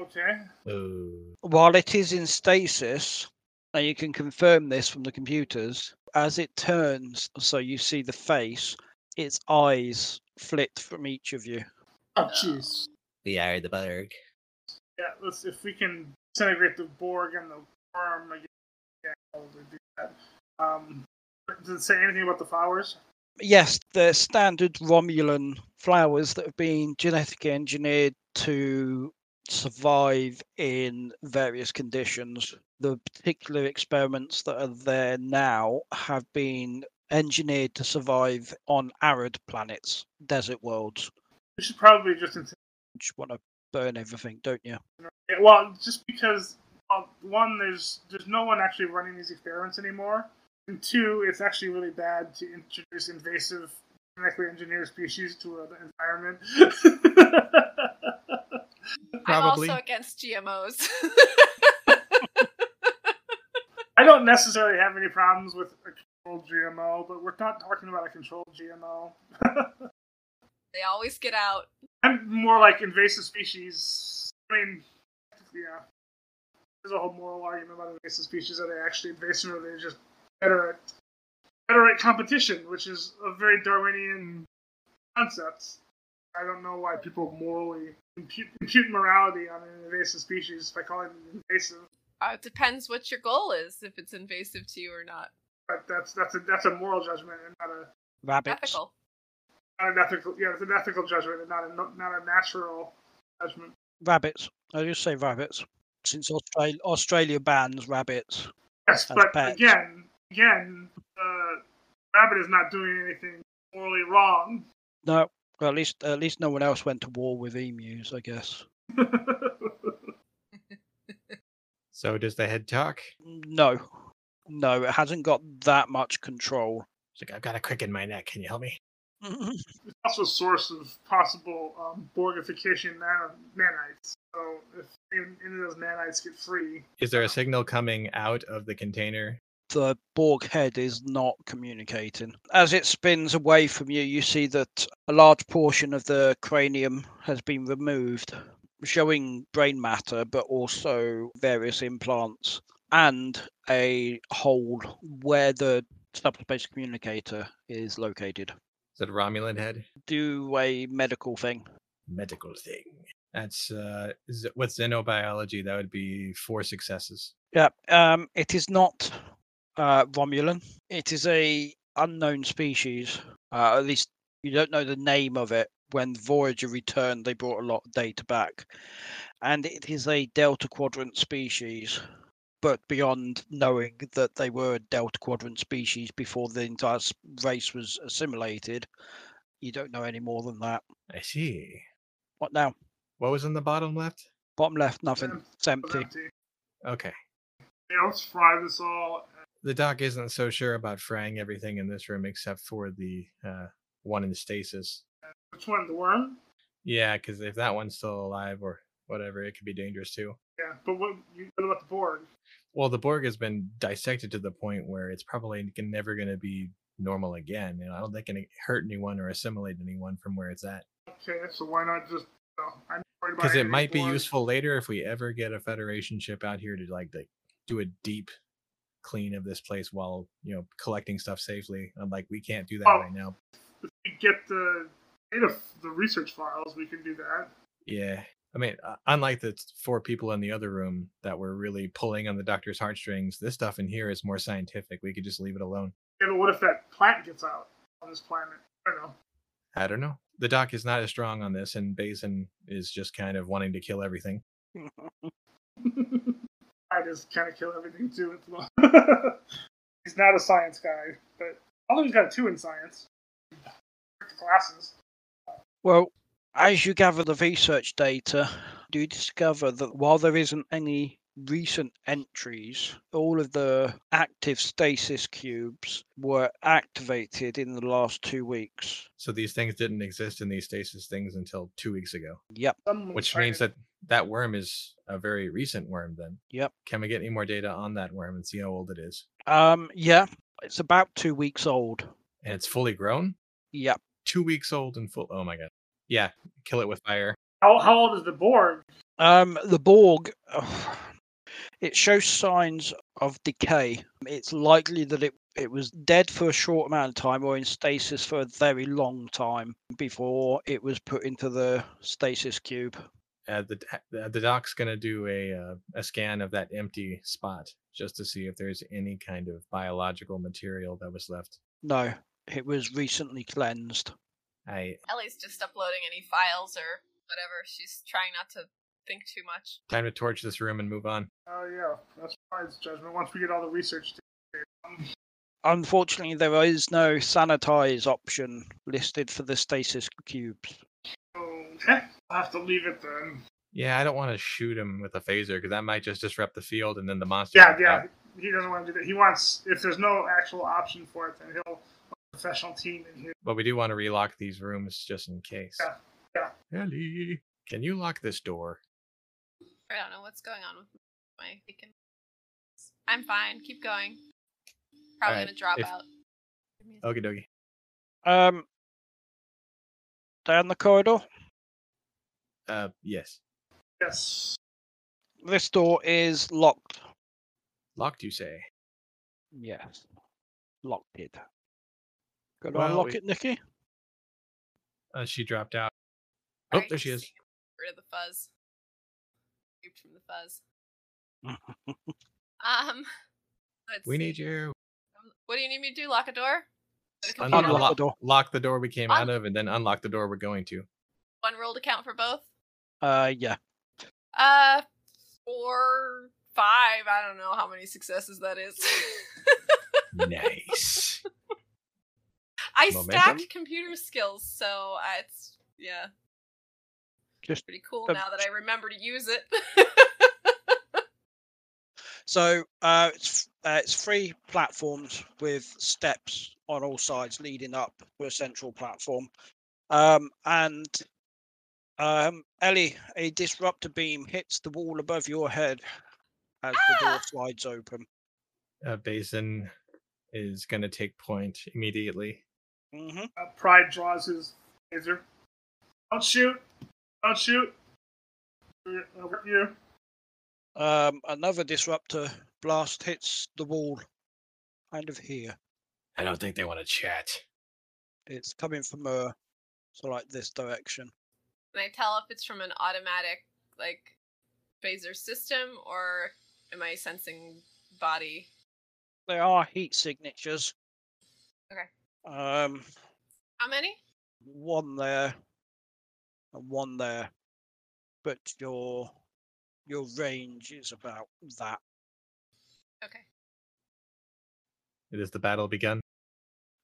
D: Okay.
H: Oh.
C: While it is in stasis, and you can confirm this from the computers, as it turns, so you see the face, its eyes flit from each of you.
D: Oh, jeez.
J: We are the Borg.
D: Yeah, let's if we can disintegrate the Borg and the worm again, yeah, I'll do that. Um, does it say anything about the flowers?
C: Yes, they're standard Romulan flowers that have been genetically engineered to survive in various conditions. The particular experiments that are there now have been engineered to survive on arid planets, desert worlds.
D: We should probably just incinerated.
C: You just want to burn everything, don't you?
D: Well, just because uh, one, there's there's no one actually running these experiments anymore, and two, it's actually really bad to introduce invasive genetically engineered species to uh, the environment.
H: Probably.
G: I'm also against GMOs.
D: I don't necessarily have any problems with a controlled GMO, but we're not talking about a controlled GMO.
G: they always get out.
D: I'm more like invasive species. I mean, yeah. There's a whole moral argument about invasive species. Are they actually invasive, or are they just better at better at competition, which is a very Darwinian concept. I don't know why people morally impute, impute morality on an invasive species by calling them invasive.
G: Uh, it depends what your goal is, if it's invasive to you or not.
D: But that's that's a that's a moral judgment and not a
C: Rabbits.
G: Ethical.
D: not an ethical. Yeah, it's an ethical judgment and not a no- not a natural judgment.
C: Rabbits. I just say rabbits. Since Australia, Australia bans rabbits.
D: Yes,
C: As
D: but
C: pets.
D: again, again, uh, rabbit is not doing anything morally wrong.
C: No, well, at least at least no one else went to war with emus, I guess.
H: So does the head talk?
C: No, no, it hasn't got that much control.
H: It's like I've got a crick in my neck. Can you help me?
D: It's also a source of possible um, Borgification man- nanites. So if any any of those nanites get free,
H: Is there a signal coming out of the container?
C: the Borg head is not communicating. As it spins away from you, you see that a large portion of the cranium has been removed, showing brain matter, but also various implants and a hole where the subspace communicator is located.
H: Is it a Romulan head?
C: Do a medical thing.
H: Medical thing. That's uh, z- with xenobiology, that would be four successes.
C: Yeah, um, it is not uh, Romulan. It is a unknown species. Uh, at least you don't know the name of it. When Voyager returned, they brought a lot of data back, and it is a Delta Quadrant species. But beyond knowing that they were a Delta Quadrant species before the entire s- race was assimilated, you don't know any more than that.
H: I see.
C: What now?
H: What was in the bottom left?
C: Bottom left, nothing. It's
D: it's
C: empty.
D: empty.
H: Okay.
D: Yeah, let's fry this all.
H: The doc isn't so sure about frying everything in this room except for the uh, one in stasis.
D: Which one? The worm?
H: Yeah, because if that one's still alive or whatever, it could be dangerous too.
D: Yeah, but what, you, what about the Borg?
H: Well, the Borg has been dissected to the point where it's probably n- never going to be normal again. And I don't think it can hurt anyone or assimilate anyone from where it's at.
D: Okay, so why not just? well, I'm worried about
H: Because it
D: any
H: might be
D: Borg.
H: useful later if we ever get a Federation ship out here to like like, do a deep clean of this place while you know collecting stuff safely. I'm like, we can't do that
D: Oh.
H: right now.
D: If we get the data, the research files, we can do that.
H: Yeah. I mean, uh, unlike the t- four people in the other room that were really pulling on the doctor's heartstrings, this stuff in here is more scientific. We could just leave it alone.
D: Yeah, but what if that plant gets out on this planet? I don't know.
H: I don't know. The doc is not as strong on this, and Basin is just kind of wanting to kill everything.
D: I just kind of kill everything too. It's not- he's not a science guy, but although he's got a two in science, classes.
C: Well, as you gather the research data, you discover that while there isn't any recent entries, all of the active stasis cubes were activated in the last two weeks.
H: So these things didn't exist in these stasis things until two weeks ago,
C: Yep,
D: Someone
H: which
D: tried
H: means
D: it.
H: that that worm is a very recent worm. Then,
C: yep.
H: can we get any more data on that worm and see how old it is?
C: Um, yeah, it's about two weeks old.
H: And it's fully grown,
C: Yep.
H: two weeks old and full. Oh my god! Yeah, kill it with fire.
D: How, how old is the Borg?
C: Um, the Borg. It shows signs of decay. It's likely that it, it was dead for a short amount of time or in stasis for a very long time before it was put into the stasis cube.
H: Uh, the d- uh, the doc's gonna do a uh, a scan of that empty spot just to see if there's any kind of biological material that was left.
C: No, it was recently cleansed.
H: I
G: Ellie's just uploading any files or whatever. She's trying not to think too much.
H: time to torch this room and move on.
D: Oh yeah, that's Pride's judgment. Once we get all the research, um, data.
C: Unfortunately, there is no sanitize option listed for the stasis cubes.
D: so eh, I'll have to leave it then.
H: Yeah, I don't want to shoot him with a phaser because that might just disrupt the field and then the monster.
D: Yeah,
H: comes
D: yeah.
H: out.
D: He doesn't want to do that. He wants if there's no actual option for it, then he'll want a professional team in here.
H: But we do want to relock these rooms just in case.
D: Yeah, yeah.
H: Ellie, can you lock this door?
G: I don't know what's going on with my. beacon. I'm fine. Keep going. Probably
H: Alright,
G: gonna drop
H: if-
G: out.
H: Okie dokie.
C: Um, down the corridor,
H: Uh, yes.
D: Yes.
C: this door is locked.
H: Locked, you say?
C: Yes, locked it. Got to
H: Well,
C: unlock
H: we-
C: it, Nikki.
H: Uh, she dropped out. Oh,
G: Alright,
H: there she
G: just
H: is.
G: Rid of the fuzz. Escaped from the fuzz. Um, let's
H: We
G: see.
H: need you.
G: Um, What do you need me to do? Lock a door? The computer
C: Unlock
H: Unlock
C: the door.
H: Lock the door we came
G: Un-
H: out of, and then unlock the door we're going to.
G: One roll to count for both.
C: Uh, yeah.
G: Uh, four, five. I don't know how many successes that is.
H: Nice.
G: I
H: Momentum?
G: stacked computer skills, so I- it's yeah,
C: Just
G: pretty cool
C: Um,
G: now that I remember to use it.
C: so uh, it's uh, it's three platforms with steps on all sides leading up to a central platform, um, and um, Ellie, a disruptor beam hits the wall above your head as the door
G: Ah!
C: slides open.
H: Uh, Basin is going to take point immediately.
C: hmm
D: Uh, Pride draws his laser. Don't shoot! Don't shoot! Uh, Over you.
C: Um, another disruptor blast hits the wall, kind of here.
H: I don't think they want to chat.
C: It's coming from uh, so like this direction.
G: Can I tell if it's from an automatic like phaser system or am I sensing body?
C: There are heat signatures.
G: Okay.
C: Um,
G: How many?
C: one there and one there, but your your range is about that.
G: Okay.
H: It is the battle begun.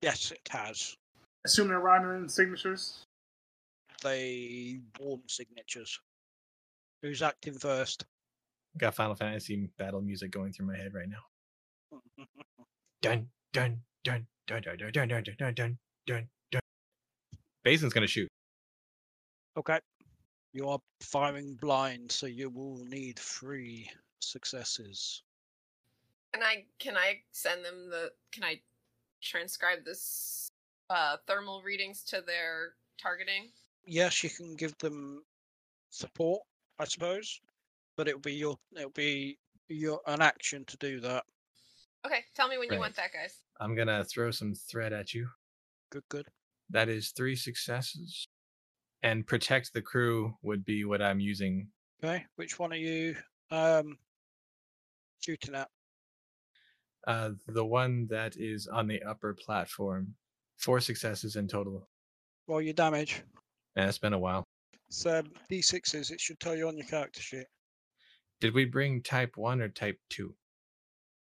C: Yes, it has.
D: Assume they're rhyming in signatures.
C: They warm signatures. Who's acting first?
H: Got Final Fantasy battle music going through my head right now. Dun dun dun dun dun dun dun dun dun dun dun. dun. Basin's going to shoot.
C: okay. You are firing blind, so you will need three successes.
G: Can I can I send them the can I transcribe this uh thermal readings to their targeting?
C: yes, you can give them support, I suppose, but it'll be your it'll be your an action to do that.
G: Okay, tell me when
H: Right.
G: you want that, guys.
H: I'm going to throw some thread at you.
C: Good, good.
H: That is three successes. And protect the crew would be what I'm using.
C: Okay, which one are you um shooting at?
H: Uh, the one that is on the upper platform. Four successes in total.
C: Roll your damage.
H: And it's been a while.
C: It's um, d6s. It should tell you on your character sheet.
H: Did we bring type one or type two?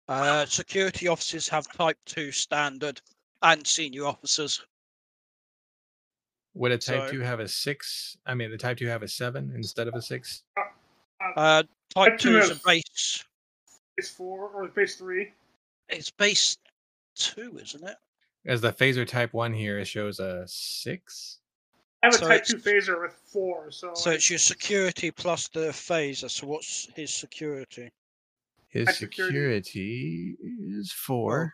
C: Uh, security officers have type two standard, and senior officers.
H: Would a type
C: So-
H: two have a six? I mean, the type two have a seven instead of a six?
C: Uh, type
D: Type two
C: two is a
D: is-
C: base.
D: Base four or base three.
C: It's base two, isn't it?
H: As the phaser type one here, it shows a six.
D: I have a
C: So
D: type
C: it's-
D: two phaser with four, so,
C: So
D: I-
C: it's your security plus the phaser. So what's his security?
H: His
D: Type security.
H: security is four.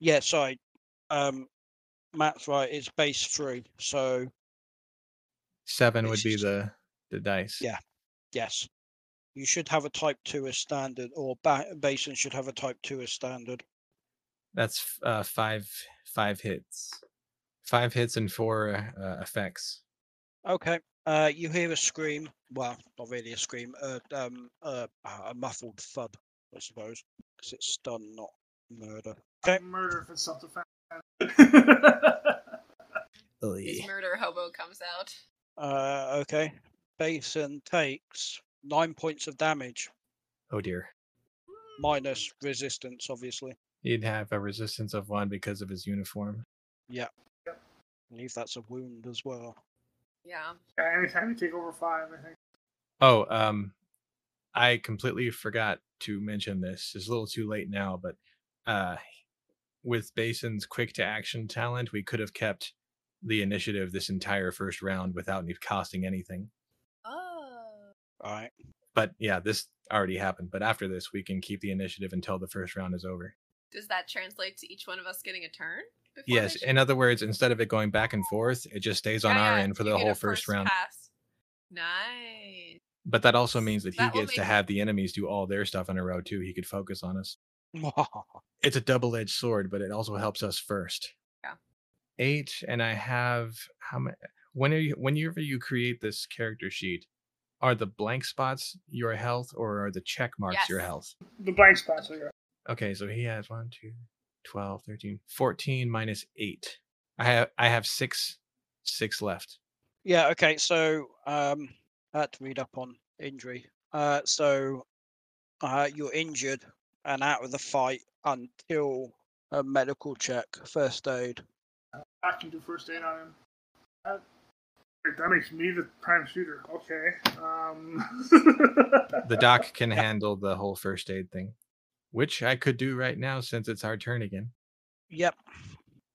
C: Yeah, sorry. Um, Matt's right. It's base three. So
H: Seven would
C: It's
H: be
C: just-
H: the the dice.
C: Yeah. yes, you should have a type two as standard, or ba- Basin should have a type two as standard.
H: That's f- uh, five five hits, five hits and four uh, effects.
C: Okay. Uh, you hear a scream. Well, not really a scream. Uh, um, uh, a muffled thud, I suppose, because it's stun, not murder. Okay.
D: murder if it's self-defense.
H: Eh.
G: His murder hobo comes out.
C: Uh, okay. Basin takes nine points of damage,
H: Oh dear.
C: minus resistance, obviously.
H: He'd have a resistance of one because of his uniform.
C: I believe that's a wound as well.
G: Yeah.
D: Yeah, anytime you take over five, I think.
H: Oh, um, I completely forgot to mention this. It's a little too late now, but uh, with Basin's quick to action talent, we could have kept the initiative this entire first round without any costing anything.
G: Oh.
C: All right.
H: But yeah, this already happened. But after this, we can keep the initiative until the first round is over.
G: Does that translate to each one of us getting a turn? before
H: Yes.
G: they
H: In other words, instead of it going back and forth, it just stays on
G: Yeah,
H: our
G: yeah,
H: end for
G: you
H: the
G: get a
H: whole first, round.
G: Pass. Nice.
H: But that also means that he
G: That will
H: gets to
G: make-
H: have the enemies do all their stuff in a row too. He could focus on us. It's a double edged sword, but it also helps us first.
G: Yeah.
H: Eight, and I have how many? When are you? Whenever you create this character sheet, Are the blank spots your health or are the check marks your
G: Yes.
H: health?
D: The blank spots are your
H: Okay, so he has 1, 2, 12, 13, 14 minus 8. I have I have 6 6 left.
C: Yeah, okay, so um I had to read up on injury. Uh so uh you're injured and out of the fight until a medical check, first aid.
D: I can do first aid on him. That, wait, that makes me the prime shooter. Okay. Um,
H: The doc can handle the whole first aid thing, which I could do right now since it's our turn again.
C: Yep.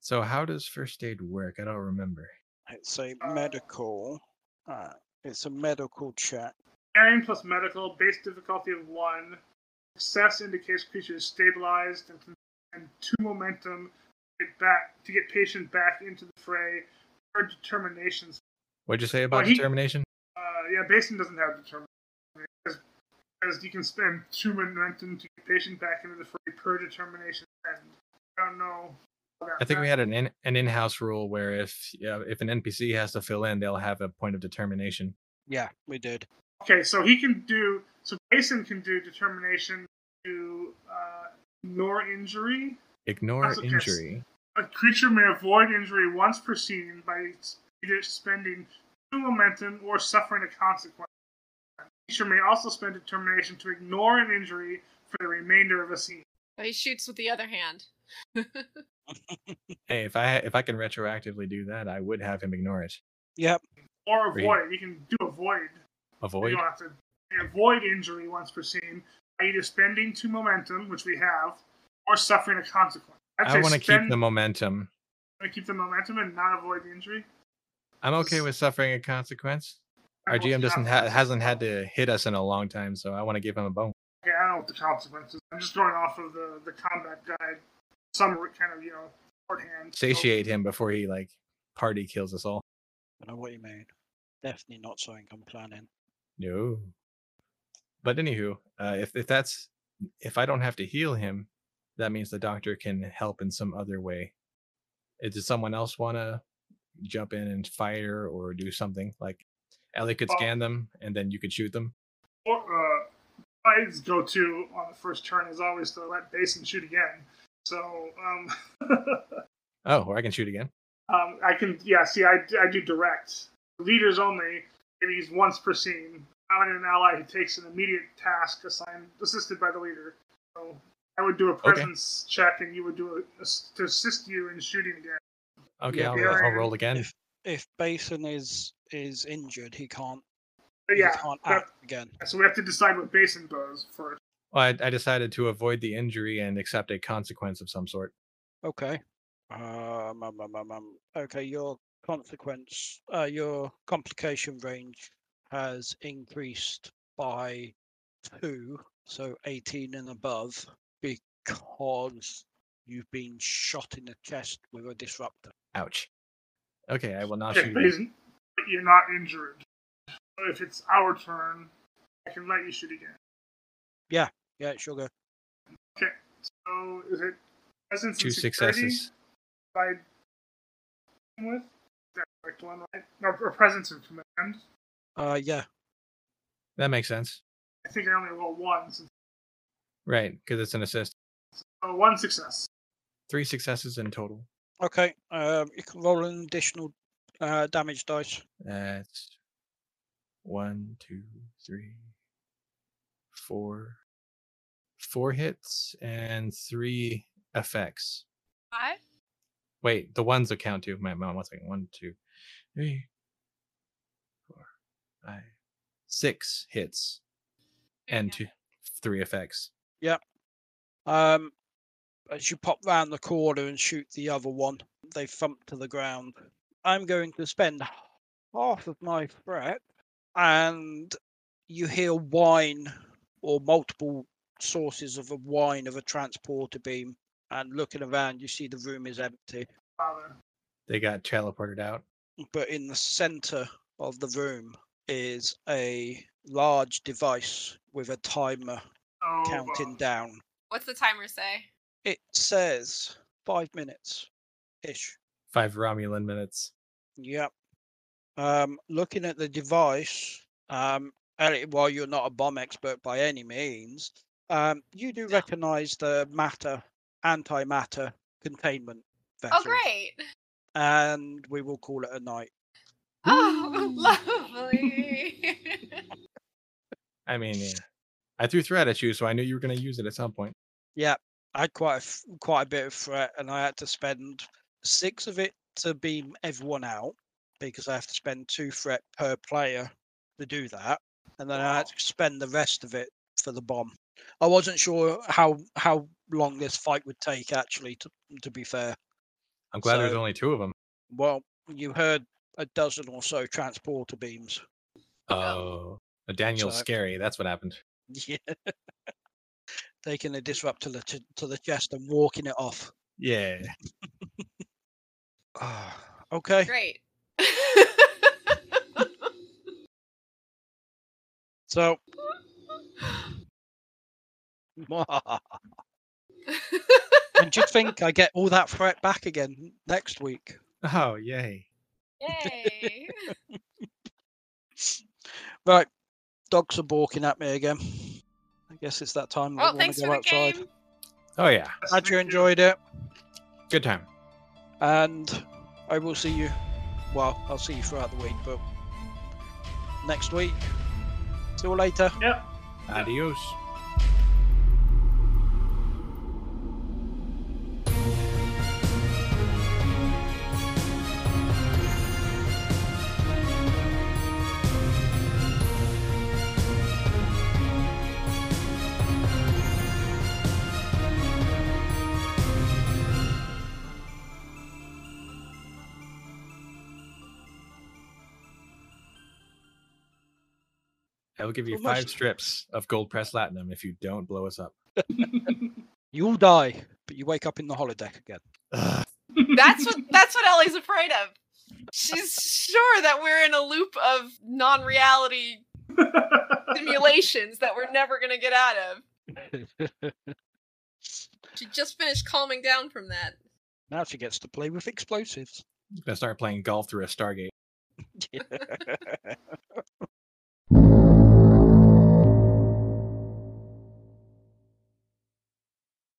H: So how does first aid work? I don't remember.
C: It's a
D: Uh,
C: medical uh it's a medical check.
D: Carrying plus medical, base difficulty of one. Success indicates creature is stabilized and, and two momentum to get back to get patient back into the fray. Or determinations.
H: What'd you say about
D: he-
H: determination?
D: Uh, yeah, Basin doesn't have determination because, because you can spend two momentum to get patient back into the fray per determination. And I don't know. about
H: I think
D: that.
H: we had an in, an in-house rule where if yeah, if an NPC has to fill in, they'll have a point of determination.
C: Yeah, we did.
D: Okay, so he can do. So Mason can do determination to uh, ignore injury.
H: Ignore
D: That's okay.
H: injury.
D: A creature may avoid injury once per scene by either spending two momentum or suffering a consequence. A creature may also spend determination to ignore an injury for the remainder of a scene.
I: Oh, he shoots with the other hand.
H: Hey, if I if I can retroactively do that, I would have him ignore it.
C: Yep.
D: Or
H: Right.
D: avoid. You can do avoid. You
H: Avoid.
D: don't have to you avoid injury once per scene by either spending two momentum, which we have, or suffering a consequence. I'd
H: I
D: say
H: want to keep
D: spend-
H: the momentum.
D: Gonna keep the momentum and not avoid the injury.
H: I'm okay
D: s-
H: with suffering a consequence. Our
D: That
H: GM
D: was
H: doesn't
D: not-
H: ha- hasn't had to hit us in a long time, so I want to give him a bone.
D: Okay, I don't know what the consequences. I'm just going off of the the combat guide summary, kind of you know shorthand. so-
H: Satiate him before he like party kills us all.
C: I know what you mean. Definitely not something I'm planning.
H: No. But anywho, uh, if if that's if I don't have to heal him, that means the doctor can help in some other way. Uh, Does someone else want to jump in and fire or do something? Like Ellie could
D: Well-
H: scan them and then you could shoot them.
D: Or, uh, my go-to on the first turn is always to let Basin shoot again. So um,
H: Oh, or I can shoot again.
D: um, I can yeah. See, I, I do direct leaders only. Maybe he's once per scene. Nominate an ally who takes an immediate task assigned assisted by the leader. So I would do a presence check, and you would do a, a s- to assist you in shooting again.
H: Okay,
C: Yeah,
H: I'll,
D: we
H: ro-
D: are
H: I'll
D: in-
H: roll again.
C: If if Basin is is injured, he can't
D: But yeah,
C: he can't
D: that-
C: act again.
D: So we have to decide what Basin does first.
H: Well, I, I decided to avoid the injury and accept a consequence of some sort.
C: Okay. Um, um, um, um, um, okay, your consequence, uh, your complication range has increased by two, so 18 and above, because you've been shot in the chest with a disruptor.
H: Ouch. Okay, I will not
D: Okay,
H: shoot. again.
D: Basin, but you're not injured. So if it's our turn, I can let you shoot again.
C: Yeah, it's your go.
D: So is it presence
H: Two
D: and security
H: successes.
D: by with that correct one, right? No, or presence and command.
C: Uh, yeah,
H: That makes sense.
D: I think I only rolled one, since-
H: Right, because it's an assist.
D: so one success.
H: Three successes in total.
C: okay. Um, you can roll an additional uh, damage dice.
H: That's one, two, three, four, four hits and three effects.
I: Five?
H: Wait, the ones that count too. My mom, one second. One, two, three, four, five, six hits and two, three effects.
C: Um, as you pop round the corner and shoot the other one, they thump to the ground. I'm going to spend half of my threat, and you hear whine or multiple sources of a whine of a transporter beam. And looking around, you see the room is empty,
D: Father.
H: They got teleported out.
C: but in the center of the room is a large device with a timer
D: Oh,
C: counting
D: uh,
C: down.
G: What's the timer say?
C: It says five minutes ish.
H: Five Romulan minutes.
C: Yep. Um, looking at the device, um, Ellie, while you're not a bomb expert by any means, um, you do recognize the matter, antimatter containment vessel.
G: Oh, great.
C: And we will call it a night.
G: Oh, lovely.
H: I mean, yeah. I threw threat at you, so I knew you were going to use it at some point.
C: Yeah, I had quite a, f- quite a bit of threat, and I had to spend six of it to beam everyone out because I have to spend two threat per player to do that, and then I had to spend the rest of it for the bomb. I wasn't sure how how long this fight would take. Actually, to to be fair,
H: I'm glad there's
C: So-
H: only two of them.
C: well, you heard a dozen or so transporter beams.
H: Oh, Daniel's
C: So-
H: scary. That's what happened.
C: Yeah, taking a disrupt to the ch- to the chest and walking it off.
H: Yeah.
C: Ah, okay.
G: great.
C: So, and do you think I get all that threat back again next week?
H: Oh, yay.
G: Yay.
C: Right, dogs are barking at me again. I guess it's that time. that
G: well,
C: we wanna
G: thanks
C: go
G: for the
C: outside.
G: game.
H: Oh, yeah.
C: Glad you enjoyed it,
H: Good time.
C: and I will see you. Well, I'll see you throughout the week, but next week. See you later.
D: Yep.
H: Adios. I will give you
C: Well, much-
H: five strips of gold press latinum if you don't blow us up.
C: You'll die, but you wake up in the holodeck again.
G: That's what that's what Ellie's afraid of. She's sure that we're in a loop of non-reality simulations that we're never going to get out of. She just finished calming down from that.
C: Now she gets to play with explosives.
H: I'm gonna start playing golf through a Stargate.